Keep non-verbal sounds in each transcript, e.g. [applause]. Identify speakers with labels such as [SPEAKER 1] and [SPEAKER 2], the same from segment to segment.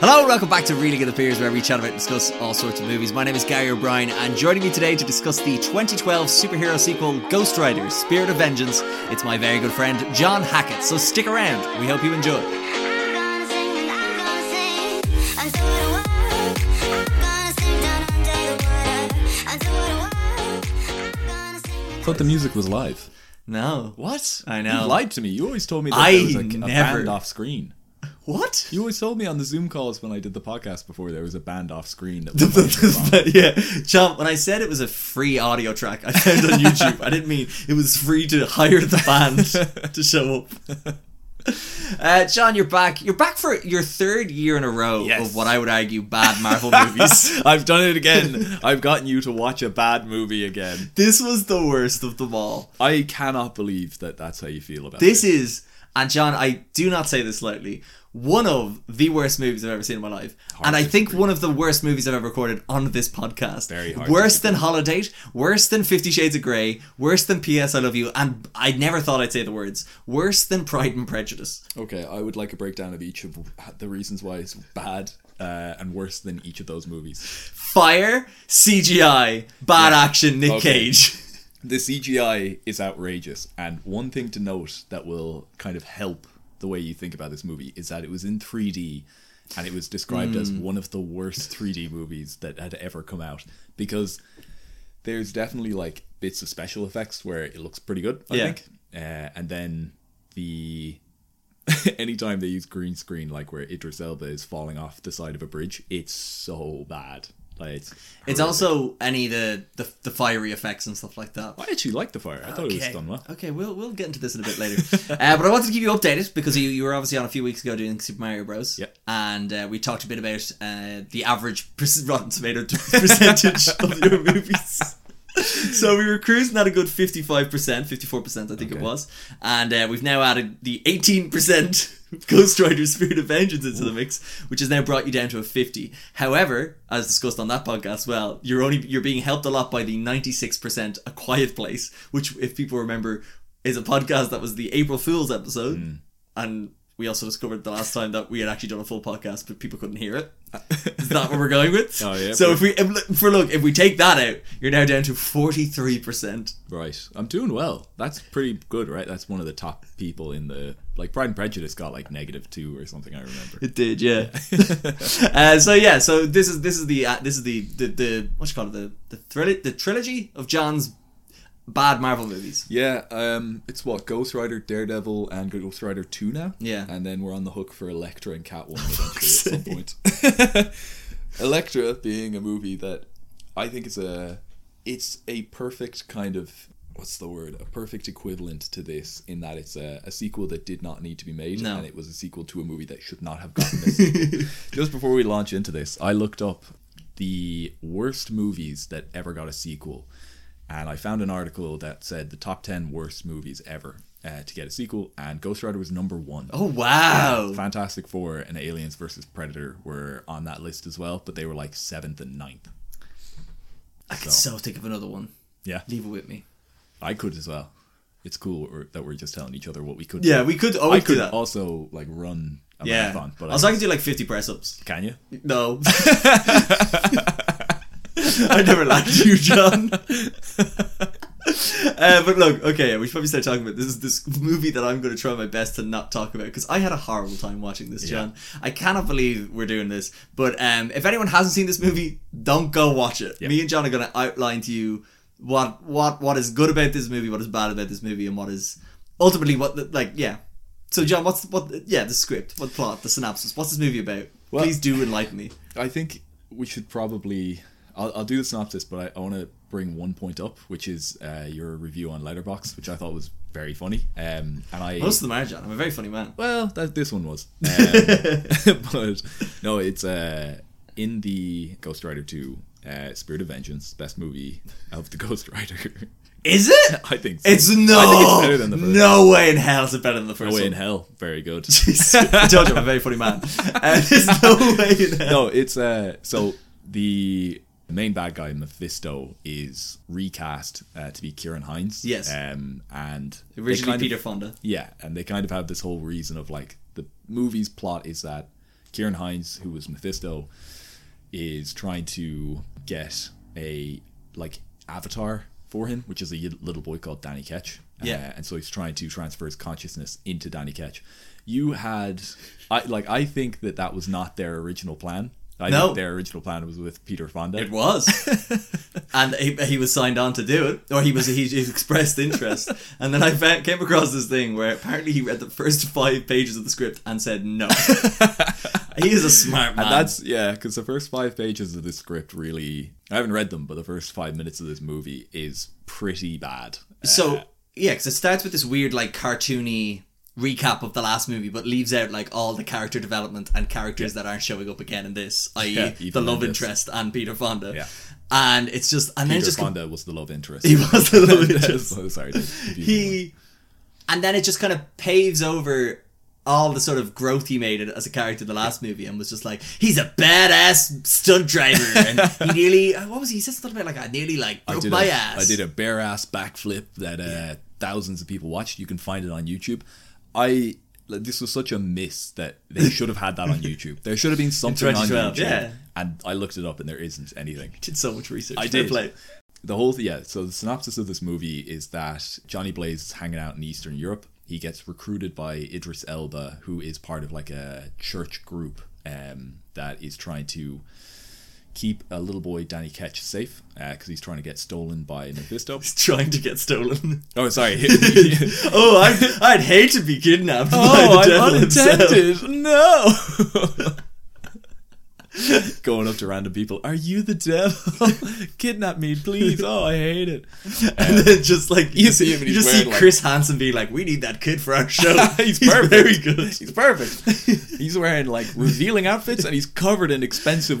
[SPEAKER 1] Hello and welcome back to Really Good Appears, where we chat about and discuss all sorts of movies. My name is Gary O'Brien, and joining me today to discuss the 2012 superhero sequel Ghost Rider Spirit of Vengeance, it's my very good friend John Hackett. So stick around, we hope you enjoy.
[SPEAKER 2] thought the music was live.
[SPEAKER 1] No. What? I know.
[SPEAKER 2] You lied to me. You always told me that
[SPEAKER 1] I
[SPEAKER 2] there was like a
[SPEAKER 1] never-
[SPEAKER 2] band off screen.
[SPEAKER 1] What?
[SPEAKER 2] You always told me on the Zoom calls when I did the podcast before there was a band off screen. [laughs] That
[SPEAKER 1] The- [laughs] the-
[SPEAKER 2] was playing the song.
[SPEAKER 1] the- yeah, John. When I said it was a free audio track, I found on YouTube. I didn't mean it was free to hire the band to show up. [laughs] Uh, John, you're back. You're back for your third year in a row
[SPEAKER 2] Yes.
[SPEAKER 1] of what I would argue bad Marvel movies.
[SPEAKER 2] I've done it [laughs] again. I've gotten you to watch a bad movie again.
[SPEAKER 1] [laughs] This was the worst of them all.
[SPEAKER 2] I cannot believe that that's how you feel about
[SPEAKER 1] This
[SPEAKER 2] It.
[SPEAKER 1] is, and John, I do not say this lightly, one of the worst movies I've ever seen in my life. and I
[SPEAKER 2] to
[SPEAKER 1] think one of the worst movies I've ever recorded on this podcast.
[SPEAKER 2] Very hard to
[SPEAKER 1] Worse than Holiday, worse than Fifty Shades of Grey, worse than P.S. I Love You, and I never thought I'd say the words, worse than Pride and Prejudice.
[SPEAKER 2] Okay, I would like a breakdown of each of the reasons why it's bad uh, and worse than each of those movies.
[SPEAKER 1] Fire, CGI, bad action, Nick
[SPEAKER 2] Okay. [laughs]
[SPEAKER 1] Cage.
[SPEAKER 2] The CGI is outrageous, and one thing to note that will kind of help the way you think about this movie is that it was in 3D and it was described
[SPEAKER 1] Hmm.
[SPEAKER 2] as one of the worst 3D movies that had ever come out because there's definitely like bits of special effects where it looks pretty good, I
[SPEAKER 1] Yeah.
[SPEAKER 2] think. Uh, and then the [laughs] anytime they use green screen, like where Idris Elba is falling off the side of a bridge, it's so bad. Like it's,
[SPEAKER 1] It's also any of the, the, the fiery effects and stuff like that.
[SPEAKER 2] I actually like the fire. I thought it was done well.
[SPEAKER 1] Okay, we'll we'll get into this in a bit later. uh, but I wanted to keep you updated because you, you were obviously on a few weeks ago doing Super Mario Bros.
[SPEAKER 2] Yep.
[SPEAKER 1] And uh, we talked a bit about uh, the average [laughs] per- Rotten Tomato t- percentage of your movies. So we were cruising at a good 55%, 54% I think it
[SPEAKER 2] Okay.
[SPEAKER 1] was. And uh, we've now added the 18% [laughs] Ghost Rider Spirit of Vengeance into the mix, which has now brought you down to a 50. However, as discussed on that podcast as well, you're only you're being helped a lot by the 96% A Quiet Place, which if people remember is a podcast that was the April Fools episode. And we also discovered the last time that we had actually done a full podcast, but people couldn't [laughs] hear it. Is that what we're going with?
[SPEAKER 2] Oh, yeah,
[SPEAKER 1] So if we if, for look, if we take that out, you're now down to forty three percent.
[SPEAKER 2] Right. I'm doing well. That's pretty good, right? That's one of the top people in the like Pride and Prejudice got like negative two or something. I remember.
[SPEAKER 1] It did, yeah. [laughs] uh, so yeah, so this is this is the uh, this is the the, the what you call it the the thril- the trilogy of John's bad Marvel [laughs] movies.
[SPEAKER 2] [laughs] Yeah. Um. It's what Ghost Rider, Daredevil, and Ghost Rider Two now.
[SPEAKER 1] Yeah.
[SPEAKER 2] And then we're on the hook for Elektra
[SPEAKER 1] [laughs]
[SPEAKER 2] and Catwoman eventually at some point. Elektra being a movie that I think is a it's a perfect kind of what's the word a perfect equivalent to this in that it's a, a sequel that did not need to be made
[SPEAKER 1] No.
[SPEAKER 2] and it was a sequel to a movie that should not have
[SPEAKER 1] [laughs]
[SPEAKER 2] gotten this Just before we launch into this, I looked up the worst movies that ever got a sequel, and I found an article that said the top ten worst movies ever uh, to get a sequel, and Ghost Rider was number one.
[SPEAKER 1] oh wow!
[SPEAKER 2] Fantastic Four and Aliens versus Predator were on that list as well, but they were like seventh and ninth.
[SPEAKER 1] I could so think of another one.
[SPEAKER 2] Yeah,
[SPEAKER 1] Leave it with me.
[SPEAKER 2] I could as well. It's cool we're- that we're just telling each other what we could.
[SPEAKER 1] Yeah,
[SPEAKER 2] do.
[SPEAKER 1] we could
[SPEAKER 2] I
[SPEAKER 1] always do
[SPEAKER 2] could
[SPEAKER 1] that.
[SPEAKER 2] also like run a
[SPEAKER 1] yeah,
[SPEAKER 2] marathon, but
[SPEAKER 1] also
[SPEAKER 2] I,
[SPEAKER 1] I could do like fifty press ups.
[SPEAKER 2] can you?
[SPEAKER 1] [laughs] No. I never liked you, John. [laughs] uh, but look, okay, yeah, we should probably start talking about this. Is this movie that I'm going to try my best to not talk about because I had a horrible time watching this, John. I cannot believe we're doing this. But um, if anyone hasn't seen this movie, don't go watch it. Me and John are going to outline to you what what what is good about this movie, what is bad about this movie, and what is ultimately what the, like yeah. So John, what's what? Yeah, the script, what plot, the synopsis. What's this movie about?
[SPEAKER 2] Well-
[SPEAKER 1] Please do enlighten me.
[SPEAKER 2] I think we should probably. I'll, I'll do the synopsis, but I, I want to bring one point up, which is uh, your review on Letterbox, which I thought was very funny. Um, and I
[SPEAKER 1] Most of them are, John. I'm a very funny man.
[SPEAKER 2] well, that, this one
[SPEAKER 1] [laughs]
[SPEAKER 2] was, um, [laughs] but no, it's uh, in the Ghost Rider Two, uh, Spirit of Vengeance, best movie of the [laughs] Ghost Rider.
[SPEAKER 1] Is it?
[SPEAKER 2] I think so.
[SPEAKER 1] It's no.
[SPEAKER 2] I think it's better than the first.
[SPEAKER 1] No way in hell is it better than the first
[SPEAKER 2] No way
[SPEAKER 1] one.
[SPEAKER 2] in
[SPEAKER 1] [laughs]
[SPEAKER 2] hell, very good.
[SPEAKER 1] I told you I'm a very funny
[SPEAKER 2] [laughs]
[SPEAKER 1] man. Uh, there's no way [laughs] in hell.
[SPEAKER 2] no, it's uh so the main bad guy Mephisto is recast uh, to be Kieran Hines.
[SPEAKER 1] Yes.
[SPEAKER 2] Um and they
[SPEAKER 1] Originally
[SPEAKER 2] kind of-
[SPEAKER 1] Peter Fonda.
[SPEAKER 2] yeah, and they kind of have this whole reason of like the movie's plot is that Kieran Hines, who was Mephisto, is trying to get a like avatar for him, which is a y- little boy called Danny Ketch.
[SPEAKER 1] Yeah.
[SPEAKER 2] Uh, and so he's trying to transfer his consciousness into Danny Ketch. You had, I like, I think that that was not their original plan. I
[SPEAKER 1] No.
[SPEAKER 2] think their original plan was with Peter Fonda.
[SPEAKER 1] It
[SPEAKER 2] [laughs]
[SPEAKER 1] was, and he, he was signed on to do it, or he was he expressed interest, and then I fa- came across this thing where apparently he read the first five pages of the script and said
[SPEAKER 2] [laughs]
[SPEAKER 1] no. he is a smart man.
[SPEAKER 2] And that's yeah, because the first five pages of the script really, I haven't read them, but the first five minutes of this movie is pretty bad. Uh,
[SPEAKER 1] so yeah, because it starts with this weird like cartoony recap of the last movie, but leaves out like all the character development and characters that aren't showing up again in
[SPEAKER 2] [laughs]
[SPEAKER 1] this, i.e.,
[SPEAKER 2] Yeah,
[SPEAKER 1] the
[SPEAKER 2] even
[SPEAKER 1] love
[SPEAKER 2] in this.
[SPEAKER 1] interest and Peter Fonda.
[SPEAKER 2] Yeah.
[SPEAKER 1] And it's just, and then it
[SPEAKER 2] Peter
[SPEAKER 1] just com-
[SPEAKER 2] Fonda was the love
[SPEAKER 1] [laughs]
[SPEAKER 2] interest.
[SPEAKER 1] he was the
[SPEAKER 2] [laughs]
[SPEAKER 1] love interest.
[SPEAKER 2] Oh, sorry, he.
[SPEAKER 1] he and then it just kind of paves over all the sort of growth he made as a character in the last movie and was just like he's a badass stunt driver and
[SPEAKER 2] [laughs]
[SPEAKER 1] he nearly uh, what was he, he said something about like I nearly like
[SPEAKER 2] I
[SPEAKER 1] broke
[SPEAKER 2] did,
[SPEAKER 1] my
[SPEAKER 2] a,
[SPEAKER 1] ass
[SPEAKER 2] I did a bare ass backflip that uh, thousands of people watched. You can find it on YouTube. I like, this was such a miss that they should have had
[SPEAKER 1] [laughs]
[SPEAKER 2] that on YouTube. There should have been something on
[SPEAKER 1] 2012,
[SPEAKER 2] YouTube.
[SPEAKER 1] yeah.
[SPEAKER 2] And I looked it up, and there isn't anything.
[SPEAKER 1] did so much research
[SPEAKER 2] I
[SPEAKER 1] Fair
[SPEAKER 2] did.
[SPEAKER 1] play.
[SPEAKER 2] the whole yeah so the synopsis of this movie is that johnny blaze is hanging out in eastern europe he gets recruited by idris elba who is part of like a church group um, that is trying to keep a little boy danny ketch safe because he's trying to get stolen by mephisto [laughs]
[SPEAKER 1] trying to get stolen
[SPEAKER 2] oh sorry [laughs]
[SPEAKER 1] oh I'd, I'd hate to be kidnapped
[SPEAKER 2] Oh,
[SPEAKER 1] by the devil himself.
[SPEAKER 2] no [laughs] going up to random people are you the devil kidnap me please oh i hate it
[SPEAKER 1] [laughs] and then just like you,
[SPEAKER 2] You see him and
[SPEAKER 1] you
[SPEAKER 2] he's
[SPEAKER 1] just see
[SPEAKER 2] wearing, like-
[SPEAKER 1] Chris Hansen be like we need that kid for our show
[SPEAKER 2] [laughs] He's perfect.
[SPEAKER 1] very good
[SPEAKER 2] He's perfect.
[SPEAKER 1] [laughs]
[SPEAKER 2] He's wearing like revealing outfits and he's covered in expensive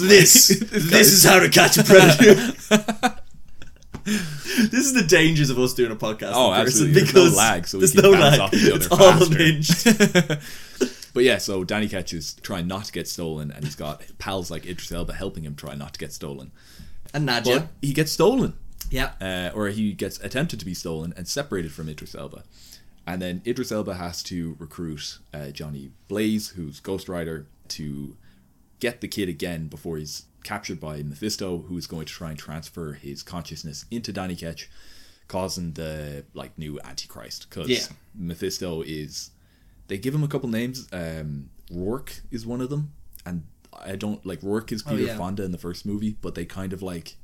[SPEAKER 1] [laughs] this
[SPEAKER 2] Like, guy
[SPEAKER 1] this [laughs] is how to catch a predator. [laughs] this is the dangers of us doing a podcast.
[SPEAKER 2] Oh,
[SPEAKER 1] in person
[SPEAKER 2] absolutely. There's no lag, so we
[SPEAKER 1] there's
[SPEAKER 2] can
[SPEAKER 1] no
[SPEAKER 2] bounce
[SPEAKER 1] lag.
[SPEAKER 2] off each other
[SPEAKER 1] it's all
[SPEAKER 2] faster.
[SPEAKER 1] unhinged.
[SPEAKER 2] [laughs] But yeah, so Danny Ketch is trying not to get stolen and he's got pals like Idris Elba helping him try not to get stolen.
[SPEAKER 1] And Nadja,
[SPEAKER 2] But he gets stolen.
[SPEAKER 1] yeah,
[SPEAKER 2] uh, or he gets attempted to be stolen and separated from Idris Elba. And then Idris Elba has to recruit uh, Johnny Blaze, who's Ghost Rider, to get the kid again before he's captured by Mephisto, who is going to try and transfer his consciousness into Danny Ketch, causing the like new Antichrist. Because
[SPEAKER 1] Yeah.
[SPEAKER 2] Mephisto is, they give him a couple names. Um, Rourke is one of them, and I don't like Rourke is Peter
[SPEAKER 1] Oh, yeah.
[SPEAKER 2] Fonda in the first movie, but they kind of like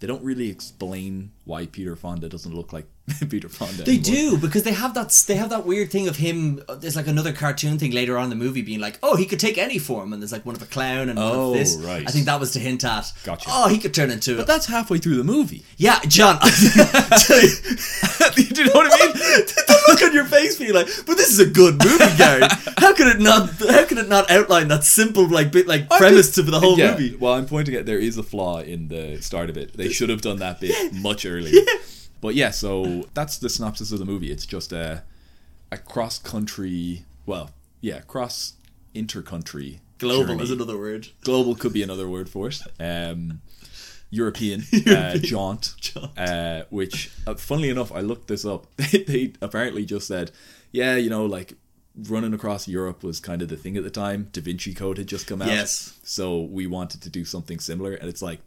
[SPEAKER 2] they don't really explain why Peter Fonda doesn't look like [laughs] Peter Fonda.
[SPEAKER 1] they
[SPEAKER 2] anymore.
[SPEAKER 1] do because they have that they have that weird thing of him. uh, There's like another cartoon thing later on in the movie being like, oh, he could take any form, and there's like one of a clown and one
[SPEAKER 2] Oh,
[SPEAKER 1] of this.
[SPEAKER 2] right.
[SPEAKER 1] I think that was to hint at.
[SPEAKER 2] Gotcha.
[SPEAKER 1] Oh, he could turn into.
[SPEAKER 2] But that's halfway through the movie.
[SPEAKER 1] yeah, John.
[SPEAKER 2] [laughs]
[SPEAKER 1] [laughs]
[SPEAKER 2] do you know what I [laughs] mean?
[SPEAKER 1] the look on your face being like, but this is a good movie, Gary. How could it not? How could it not outline that simple like bit like premise to the whole
[SPEAKER 2] yeah,
[SPEAKER 1] movie?
[SPEAKER 2] Well, I'm pointing out there is a flaw in the start of it. They should have done [laughs] that bit much earlier. But yeah, so that's the synopsis of the movie. It's just a a cross country, well, yeah, cross intercountry
[SPEAKER 1] Global
[SPEAKER 2] journey.
[SPEAKER 1] is another word.
[SPEAKER 2] global could be another word for it. Um, European,
[SPEAKER 1] [laughs]
[SPEAKER 2] Uh, jaunt,
[SPEAKER 1] Jaunt.
[SPEAKER 2] Uh, which, uh, funnily enough, I looked this up. [laughs] They, they apparently just said, yeah, you know, like running across Europe was kind of the thing at the time. Da Vinci Code had just come out,
[SPEAKER 1] Yes.
[SPEAKER 2] so we wanted to do something similar, and it's like,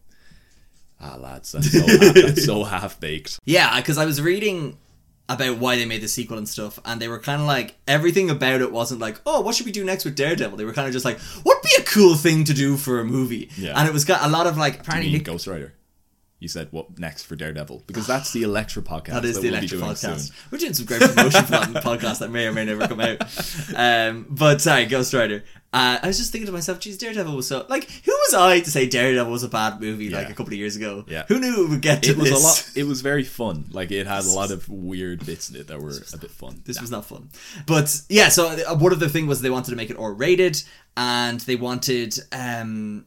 [SPEAKER 2] ah, lads, that's so half,
[SPEAKER 1] [laughs]
[SPEAKER 2] that's so half baked.
[SPEAKER 1] Yeah, because I was reading about why they made the sequel and stuff, and they were kind of like everything about it wasn't like, oh, what should we do next with Daredevil? They were kind of just like, what'd be a cool thing to do for a movie?
[SPEAKER 2] Yeah.
[SPEAKER 1] And it was got a lot of like apparently
[SPEAKER 2] Mean Ghost Rider. You said what next for Daredevil because that's the Electra podcast.
[SPEAKER 1] That is the
[SPEAKER 2] we'll be
[SPEAKER 1] Electro
[SPEAKER 2] doing
[SPEAKER 1] podcast.
[SPEAKER 2] soon.
[SPEAKER 1] We're doing some great promotion for that [laughs] in the podcast that may or may never come out. Um, but sorry, Ghost Rider. Uh, I was just thinking to myself, geez, Daredevil was so like, who was I to say Daredevil was a bad movie like
[SPEAKER 2] Yeah.
[SPEAKER 1] a couple of years ago?
[SPEAKER 2] Yeah.
[SPEAKER 1] who knew it would get to
[SPEAKER 2] it was
[SPEAKER 1] this?
[SPEAKER 2] a lot it was very fun like it had a lot of weird bits in it that were a bit fun
[SPEAKER 1] This was not fun. But yeah, so uh, one of the thing was they wanted to make it R rated, and they wanted. um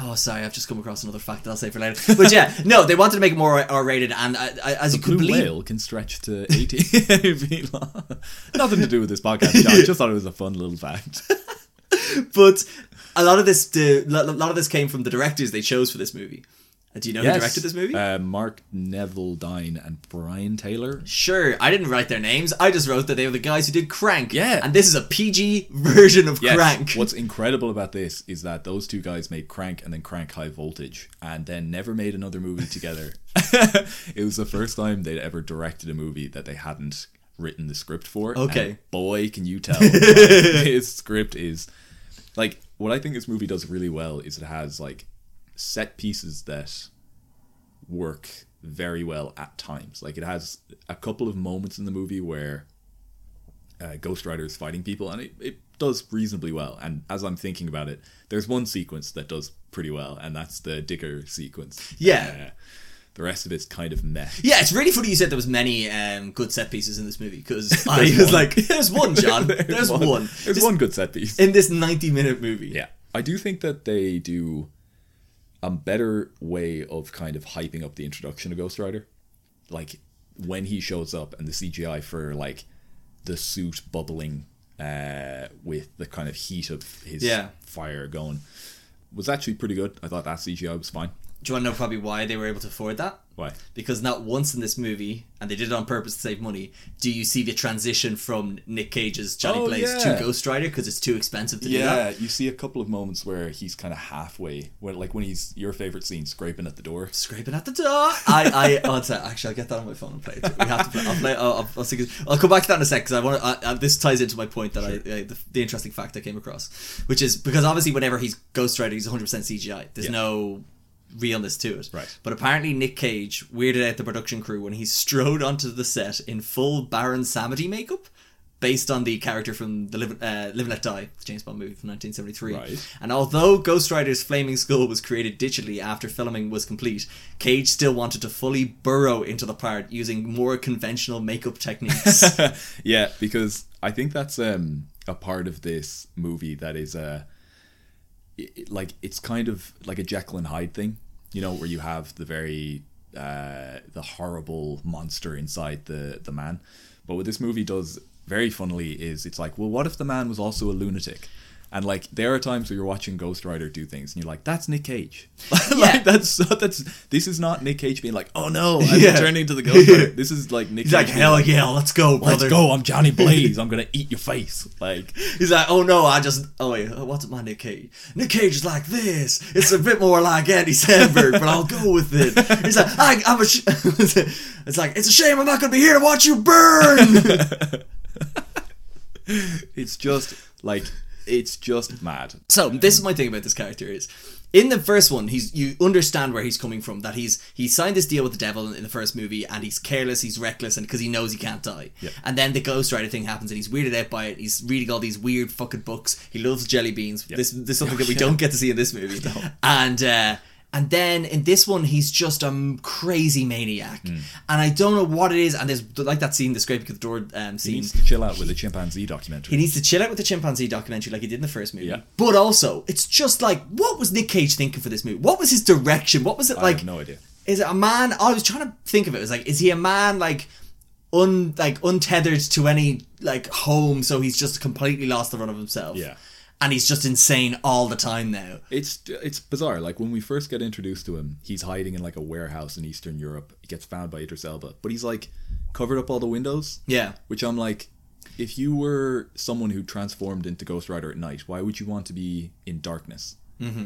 [SPEAKER 1] Oh, sorry, I've just come across another fact that I'll say for
[SPEAKER 2] [laughs]
[SPEAKER 1] later. But yeah, no, they wanted to make it more R rated, and I, I, as you
[SPEAKER 2] blue
[SPEAKER 1] could believe,
[SPEAKER 2] whale can stretch to 18 feet long. [laughs] nothing to do with this podcast John. just thought it was a fun
[SPEAKER 1] [laughs]
[SPEAKER 2] little fact
[SPEAKER 1] but a lot of this the, a lot of this came from the directors they chose for this movie Uh, Do you know
[SPEAKER 2] Yes.
[SPEAKER 1] who directed this movie?
[SPEAKER 2] Uh, Mark Neville Dine and Brian Taylor.
[SPEAKER 1] Sure, I didn't write their names. I just wrote that they were the guys who did Crank.
[SPEAKER 2] Yeah.
[SPEAKER 1] And this is a PG version of Crank.
[SPEAKER 2] What's incredible about this is that those two guys made Crank and then Crank High Voltage and then never made another movie
[SPEAKER 1] [laughs]
[SPEAKER 2] together. it was the first time they'd ever directed a movie that they hadn't written the script for. and
[SPEAKER 1] Okay.
[SPEAKER 2] boy, can
[SPEAKER 1] [laughs]
[SPEAKER 2] you tell. his script is like what I think this movie does really well is it has like set pieces that work very well at times. Like it has a couple of moments in the movie where uh, Ghost Rider is fighting people, and it, it does reasonably well. And as I'm thinking about it, there's one sequence that does pretty well, and that's the digger sequence.
[SPEAKER 1] Yeah.
[SPEAKER 2] Uh, the rest of it's kind of meh.
[SPEAKER 1] Yeah, it's really funny you said there was many um, good set pieces in this movie
[SPEAKER 2] [laughs]
[SPEAKER 1] because I
[SPEAKER 2] There's
[SPEAKER 1] was
[SPEAKER 2] one.
[SPEAKER 1] like, "There's one, John. There's one.
[SPEAKER 2] [laughs] There's
[SPEAKER 1] This-
[SPEAKER 2] one good set piece.
[SPEAKER 1] in this 90 minute movie."
[SPEAKER 2] Yeah. I do think that they do a better way of kind of hyping up the introduction of Ghost Rider. Like when he shows up and the CGI for like the suit bubbling uh, with the kind of heat of his
[SPEAKER 1] Yeah.
[SPEAKER 2] fire going was actually pretty good. I thought that CGI was fine.
[SPEAKER 1] Do you want to know probably why they were able to afford that?
[SPEAKER 2] Why?
[SPEAKER 1] Because not once in this movie, and they did it on purpose to save money, do you see the transition from Nick Cage's Johnny
[SPEAKER 2] Oh,
[SPEAKER 1] Blaze
[SPEAKER 2] yeah.
[SPEAKER 1] to Ghost Rider because it's too expensive to do
[SPEAKER 2] Yeah,
[SPEAKER 1] that.
[SPEAKER 2] you see a couple of moments where he's kind of halfway, where like when he's your favorite scene, scraping at the door.
[SPEAKER 1] Scraping at the door. I, I, I'll tell- actually, I'll get that on my phone and play it. We have to play. I'll play. I'll, I'll, I'll, sing it. I'll come back to that in a sec because I want to. This ties into my point that I, I the, the interesting fact I came across, which is because obviously whenever he's Ghost Rider, he's 100 percent CGI. There's
[SPEAKER 2] Yeah.
[SPEAKER 1] no realness to it.
[SPEAKER 2] Right.
[SPEAKER 1] But apparently Nick Cage weirded out the production crew when he strode onto the set in full Baron Samedi makeup. Based on the character from the Live, uh, Live and Let Die, the James Bond movie from 1973,
[SPEAKER 2] Right.
[SPEAKER 1] [laughs] and although Ghost Rider's Flaming Skull was created digitally after filming was complete, Cage still wanted to fully burrow into the part using more conventional makeup techniques.
[SPEAKER 2] [laughs] yeah, because I think that's um, a part of this movie that is uh, i- i- like it's kind of like a Jekyll and Hyde thing, you know, where you have the very uh, the horrible monster inside the the man. But what this movie does very funnily is it's like, well, what if the man was also a lunatic? And like, there are times where you're watching Ghost Rider do things, and you're like, "That's Nick Cage." [laughs]
[SPEAKER 1] Yeah.
[SPEAKER 2] like, that's [laughs] that's this is not Nick Cage being like, "Oh no, I'm
[SPEAKER 1] [laughs] Yeah.
[SPEAKER 2] turning to the Ghost Rider." This
[SPEAKER 1] [laughs]
[SPEAKER 2] is like Nick.
[SPEAKER 1] He's like,
[SPEAKER 2] Cage being
[SPEAKER 1] hell yeah, let's go, brother.
[SPEAKER 2] Let's go. I'm
[SPEAKER 1] [laughs]
[SPEAKER 2] Johnny Blaze. I'm gonna eat your face. Like,
[SPEAKER 1] He's like, oh no, I just, oh wait, what's my Nick Cage? Nick Cage is like this. It's a bit more like Andy Sandberg, but I'll go with it. He's like, I, I'm a, sh-. [laughs] it's like, it's a shame I'm not going to be here to watch you burn.
[SPEAKER 2] it's just like, it's just mad.
[SPEAKER 1] So this is my thing about this character is in the first one he's you understand where he's coming from that he's he signed this deal with the devil in, in the first movie and he's careless he's reckless and because he knows he can't die
[SPEAKER 2] Yeah.
[SPEAKER 1] and then the Ghost Rider thing happens and he's weirded out by it he's reading all these weird fucking books he loves jelly beans this this is something
[SPEAKER 2] [laughs]
[SPEAKER 1] that we
[SPEAKER 2] yeah.
[SPEAKER 1] don't get to see in this movie and uh, and then in this one he's just a m- crazy maniac
[SPEAKER 2] Hmm.
[SPEAKER 1] and I don't know what it is and there's like that scene the scraping of the door um,
[SPEAKER 2] He
[SPEAKER 1] scene
[SPEAKER 2] needs to chill out with a chimpanzee
[SPEAKER 1] he
[SPEAKER 2] documentary.
[SPEAKER 1] needs to chill out with the chimpanzee documentary like he did in the first movie.
[SPEAKER 2] Yeah.
[SPEAKER 1] But also, it's just like, what was Nick Cage thinking for this movie? What was his direction? What was it
[SPEAKER 2] I
[SPEAKER 1] like?
[SPEAKER 2] have no idea.
[SPEAKER 1] Is it a man? I was trying to think of it. It was like, is he a man like un like untethered to any like home? So he's just completely lost the run of himself.
[SPEAKER 2] Yeah.
[SPEAKER 1] And he's just insane all the time now.
[SPEAKER 2] It's it's bizarre. Like when we first get introduced to him, he's hiding in like a warehouse in Eastern Europe. He gets found by Idris Elba, but he's like covered up all the windows.
[SPEAKER 1] Yeah.
[SPEAKER 2] Which I'm like, if you were someone who transformed into Ghost Rider at night, why would you want to be in darkness?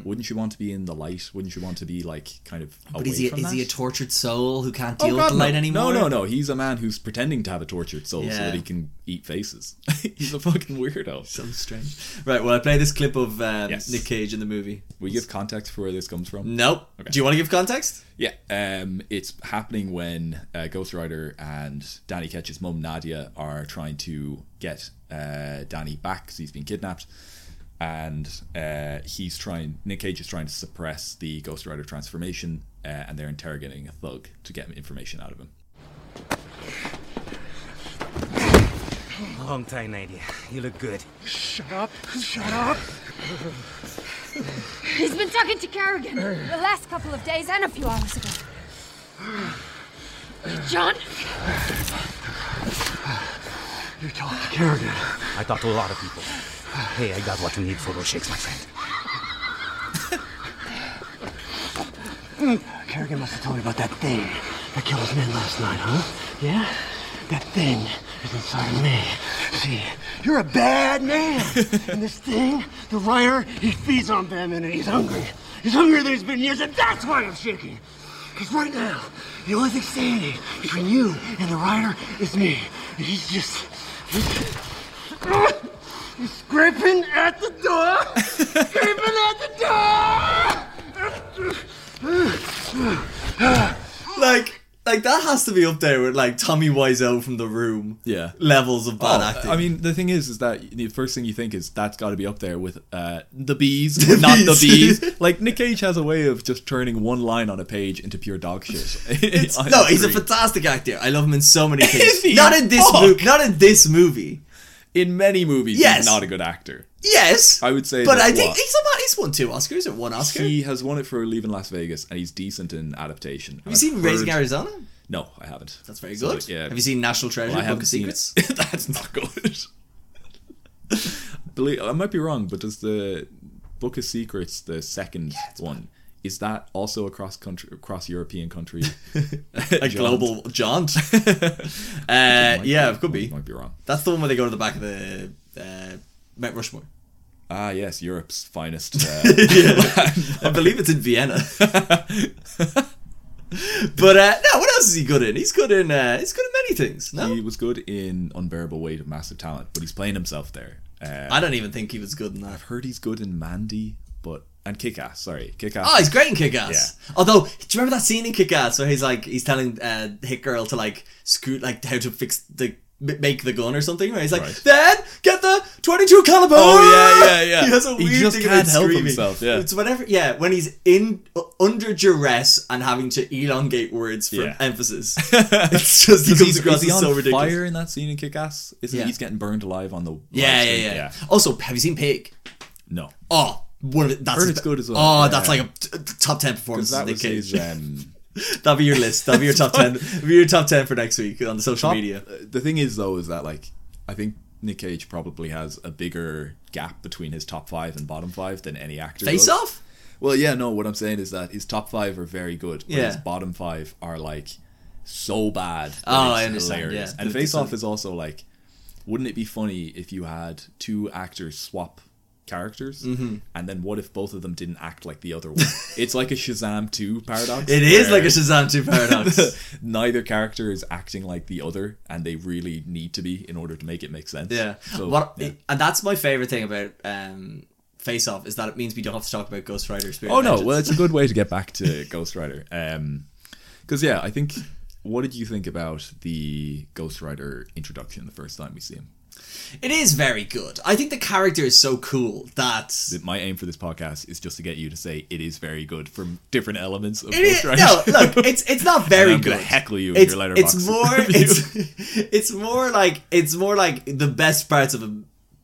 [SPEAKER 2] Wouldn't you want to be in the light? Wouldn't you want to be like kind of?
[SPEAKER 1] Mm-hmm. But
[SPEAKER 2] away
[SPEAKER 1] is he
[SPEAKER 2] from
[SPEAKER 1] is he a
[SPEAKER 2] that?
[SPEAKER 1] tortured soul who can't
[SPEAKER 2] Oh,
[SPEAKER 1] deal
[SPEAKER 2] God,
[SPEAKER 1] with the light
[SPEAKER 2] no.
[SPEAKER 1] anymore?
[SPEAKER 2] No, no, no. He's a man who's pretending to have a tortured soul so
[SPEAKER 1] Yeah.
[SPEAKER 2] that he can eat faces. [laughs] He's a fucking weirdo.
[SPEAKER 1] So strange. Right. Well, I play this clip of um,
[SPEAKER 2] Yes.
[SPEAKER 1] Nick Cage in the movie.
[SPEAKER 2] We give context for where this comes from.
[SPEAKER 1] Nope. Do you want to give context?
[SPEAKER 2] Yeah, um, it's happening when uh, Ghost Rider and Danny Ketch's mum Nadia are trying to get uh, Danny back because he's been kidnapped, and uh, he's trying. Nick Cage is trying to suppress the Ghost Rider transformation, uh, and they're interrogating a thug to get information out of him.
[SPEAKER 3] Long time, Nadia. You look good.
[SPEAKER 4] Shut up! Shut up!
[SPEAKER 5] He's been talking to Kerrigan the last couple of days and a few hours ago. John?
[SPEAKER 4] You talk to Kerrigan.
[SPEAKER 3] I talked to a lot of people. Hey, I got what you need for those shakes, my friend.
[SPEAKER 4] Kerrigan must have told you about that thing that killed his men last night, huh? Yeah? That thing is inside of me. See, you're a bad man. and this thing, the writer, he feeds on bad men and he's hungry. He's hungrier than he's been in years, and that's why I'm shaking. Because right now, the only thing standing between you and the writer is me. And he's just. He's, he's scraping at the door! scraping at the door!
[SPEAKER 1] Like, like that has to be up there with like Tommy Wiseau from The Room.
[SPEAKER 2] Yeah.
[SPEAKER 1] levels of bad
[SPEAKER 2] Oh,
[SPEAKER 1] acting.
[SPEAKER 2] I mean, the thing is, is that the first thing you think is that's got to be up there with uh, the bees, not the
[SPEAKER 1] Bees. [laughs]
[SPEAKER 2] bees. Like Nick Cage has a way of just turning one line on a page into pure dog
[SPEAKER 1] [laughs]
[SPEAKER 2] shit. [laughs] On
[SPEAKER 1] no, he's a
[SPEAKER 2] screen.
[SPEAKER 1] fantastic actor. I love him in so many
[SPEAKER 2] [laughs] Is he?
[SPEAKER 1] things. Not in this
[SPEAKER 2] Fuck.
[SPEAKER 1] movie. Not in this movie.
[SPEAKER 2] in many movies.
[SPEAKER 1] Yes.
[SPEAKER 2] he's not a good actor.
[SPEAKER 1] Yes,
[SPEAKER 2] I would say
[SPEAKER 1] but
[SPEAKER 2] that's
[SPEAKER 1] I think
[SPEAKER 2] what-
[SPEAKER 1] he's about he's won two Oscars or one Oscar.
[SPEAKER 2] He has won it for Leaving Las Vegas, and he's decent in adaptation.
[SPEAKER 1] Have you seen Raising Arizona?
[SPEAKER 2] No, I haven't.
[SPEAKER 1] That's very
[SPEAKER 2] So,
[SPEAKER 1] good.
[SPEAKER 2] yeah,
[SPEAKER 1] Have you seen National Treasure?
[SPEAKER 2] Well, I
[SPEAKER 1] Book
[SPEAKER 2] haven't
[SPEAKER 1] of
[SPEAKER 2] seen
[SPEAKER 1] Secrets.
[SPEAKER 2] it. [laughs] That's not good. Believe I might be wrong, but does the Book of Secrets, the second one, is that also a cross country, cross European country,
[SPEAKER 1] [laughs] Uh,
[SPEAKER 2] [laughs]
[SPEAKER 1] A global jaunt. uh, yeah, it could be.
[SPEAKER 2] Might be wrong.
[SPEAKER 1] That's the one where they go to the back of the uh, Mount Rushmore.
[SPEAKER 2] Ah, yes, Europe's finest. [laughs]
[SPEAKER 1] [laughs]
[SPEAKER 2] Uh,
[SPEAKER 1] I believe it's in Vienna. [laughs] but uh, no, what else is he good in? He's good in uh, he's good in many things. No,
[SPEAKER 2] he was good in Unbearable Weight of Massive Talent, but he's playing himself there. Uh,
[SPEAKER 1] I don't even think he was good in that.
[SPEAKER 2] I've heard he's good in Mandy, but and Kick-Ass. Sorry, Kick-Ass. [laughs]
[SPEAKER 1] Oh, he's great in Kick Ass. Although, do you remember that scene in Kick Ass where he's like, he's telling uh, Hit Girl to like screw, like how to fix the m- make the gun or something? Where he's like,
[SPEAKER 2] Right.
[SPEAKER 1] Dad, get the twenty-two caliber.
[SPEAKER 2] Oh, yeah, yeah,
[SPEAKER 1] [laughs]
[SPEAKER 2] yeah.
[SPEAKER 1] He has a
[SPEAKER 2] He
[SPEAKER 1] weird
[SPEAKER 2] just
[SPEAKER 1] thing
[SPEAKER 2] can't
[SPEAKER 1] about
[SPEAKER 2] help
[SPEAKER 1] screaming.
[SPEAKER 2] himself, yeah.
[SPEAKER 1] it's whatever. Yeah, when he's in under duress and having to elongate words for
[SPEAKER 2] Yeah.
[SPEAKER 1] emphasis, it's [laughs] just he comes
[SPEAKER 2] he's,
[SPEAKER 1] across
[SPEAKER 2] is he
[SPEAKER 1] as
[SPEAKER 2] on
[SPEAKER 1] so ridiculous.
[SPEAKER 2] fire in that scene in Kick-Ass? Isn't
[SPEAKER 1] Yeah.
[SPEAKER 2] he's getting burned alive on the live
[SPEAKER 1] Yeah, yeah,
[SPEAKER 2] stream?
[SPEAKER 1] yeah, Also, have you seen Pig?
[SPEAKER 2] No.
[SPEAKER 1] Oh, one of the, that's
[SPEAKER 2] Heard
[SPEAKER 1] his
[SPEAKER 2] it's
[SPEAKER 1] be-
[SPEAKER 2] good as well.
[SPEAKER 1] Oh,
[SPEAKER 2] Yeah,
[SPEAKER 1] that's
[SPEAKER 2] yeah.
[SPEAKER 1] like a t- t- top ten performance.
[SPEAKER 2] That was
[SPEAKER 1] Nick
[SPEAKER 2] his,
[SPEAKER 1] Cage.
[SPEAKER 2] [laughs] um,
[SPEAKER 1] That'll be your list. That'll be your top
[SPEAKER 2] [laughs]
[SPEAKER 1] ten. That'll be your top ten for next week on the social
[SPEAKER 2] top-
[SPEAKER 1] media.
[SPEAKER 2] uh, The thing is, though, is that like I think Nick Cage probably has a bigger gap between his top five and bottom five than any actor.
[SPEAKER 1] Face
[SPEAKER 2] does.
[SPEAKER 1] off.
[SPEAKER 2] Well, yeah, no. What I'm saying is that his top five are very good, but
[SPEAKER 1] Yeah.
[SPEAKER 2] his bottom five are like so bad. That
[SPEAKER 1] Oh,
[SPEAKER 2] it's
[SPEAKER 1] I understand,
[SPEAKER 2] Hilarious.
[SPEAKER 1] yeah.
[SPEAKER 2] And
[SPEAKER 1] The-
[SPEAKER 2] Face
[SPEAKER 1] the-
[SPEAKER 2] Off is also like, wouldn't it be funny if you had two actors swap? Characters,
[SPEAKER 1] Mm-hmm.
[SPEAKER 2] and then what if both of them didn't act like the other
[SPEAKER 1] [laughs]
[SPEAKER 2] one? it's like a Shazam 2 paradox.
[SPEAKER 1] It is like a
[SPEAKER 2] where-
[SPEAKER 1] Shazam two paradox.
[SPEAKER 2] [laughs] neither character is acting like the other and they really need to be in order to make it make sense
[SPEAKER 1] yeah.
[SPEAKER 2] so,
[SPEAKER 1] what?
[SPEAKER 2] yeah.
[SPEAKER 1] And that's my favorite thing about um, Face Off is that it means we don't have to talk about Ghost Rider. Spirit
[SPEAKER 2] oh
[SPEAKER 1] of
[SPEAKER 2] no
[SPEAKER 1] Vengeance.
[SPEAKER 2] well it's a good way to get back [laughs] to ghost rider um because yeah i think what did you think about the ghost rider introduction the first time we see him
[SPEAKER 1] it is very good. I think the character is so cool that
[SPEAKER 2] That my aim for this podcast is just to get you to say it is very good from different elements of
[SPEAKER 1] It
[SPEAKER 2] ghost
[SPEAKER 1] is,
[SPEAKER 2] rider
[SPEAKER 1] no, look, it's it's
[SPEAKER 2] [laughs]
[SPEAKER 1] not very
[SPEAKER 2] I'm
[SPEAKER 1] good.
[SPEAKER 2] gonna heckle you in
[SPEAKER 1] it's,
[SPEAKER 2] your
[SPEAKER 1] It's
[SPEAKER 2] Letterboxd [laughs]
[SPEAKER 1] more
[SPEAKER 2] review.
[SPEAKER 1] it's, [laughs] it's more like it's more like the best parts of a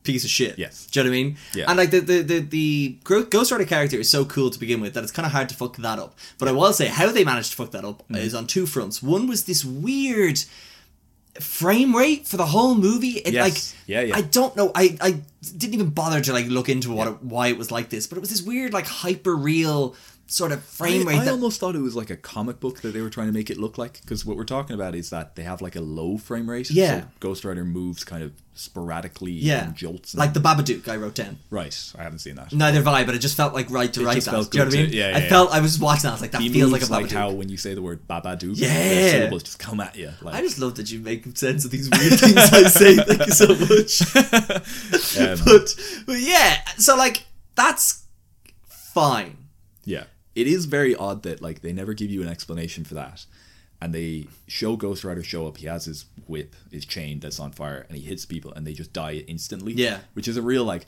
[SPEAKER 1] piece of shit.
[SPEAKER 2] Yes.
[SPEAKER 1] Do you know what I mean?
[SPEAKER 2] Yeah.
[SPEAKER 1] And like the the the, the Gro- Ghost Rider character is so cool to begin with that it's kind of hard to fuck that up. But I will say how they managed to fuck that
[SPEAKER 2] Mm-hmm.
[SPEAKER 1] up is on two fronts. One was this weird frame rate for the whole movie. It
[SPEAKER 2] Yes.
[SPEAKER 1] like
[SPEAKER 2] Yeah, yeah.
[SPEAKER 1] I don't know. I I didn't even bother to like look into what it, why it was like this, but it was this weird like hyper real sort of frame
[SPEAKER 2] I,
[SPEAKER 1] rate
[SPEAKER 2] I
[SPEAKER 1] that
[SPEAKER 2] almost thought it was like a comic book that they were trying to make it look like because what we're talking about is that they have like a low frame rate.
[SPEAKER 1] Yeah.
[SPEAKER 2] So Ghost Rider moves kind of sporadically
[SPEAKER 1] yeah
[SPEAKER 2] and jolts. and-
[SPEAKER 1] like the Babadook I wrote down.
[SPEAKER 2] right. I haven't seen that.
[SPEAKER 1] Neither have I, but it just felt like right to write
[SPEAKER 2] just
[SPEAKER 1] that.
[SPEAKER 2] felt
[SPEAKER 1] Do you know
[SPEAKER 2] good
[SPEAKER 1] what I mean?
[SPEAKER 2] to- yeah,
[SPEAKER 1] I
[SPEAKER 2] yeah,
[SPEAKER 1] felt I was watching. that, I was like, that
[SPEAKER 2] He
[SPEAKER 1] feels like a
[SPEAKER 2] moves
[SPEAKER 1] Babadook.
[SPEAKER 2] like how when you say the word Babadook,
[SPEAKER 1] Yeah.
[SPEAKER 2] the syllables just come at you. Like,
[SPEAKER 1] I just love that you make sense of these weird things
[SPEAKER 2] [laughs]
[SPEAKER 1] I say. Thank you so much.
[SPEAKER 2] um,
[SPEAKER 1] but, but yeah, so like that's fine.
[SPEAKER 2] yeah, it is very odd that like they never give you an explanation for that, and they show Ghost Rider show up. He has his whip, his chain that's on fire, and he hits people, and they just die instantly.
[SPEAKER 1] Yeah.
[SPEAKER 2] which is a real like.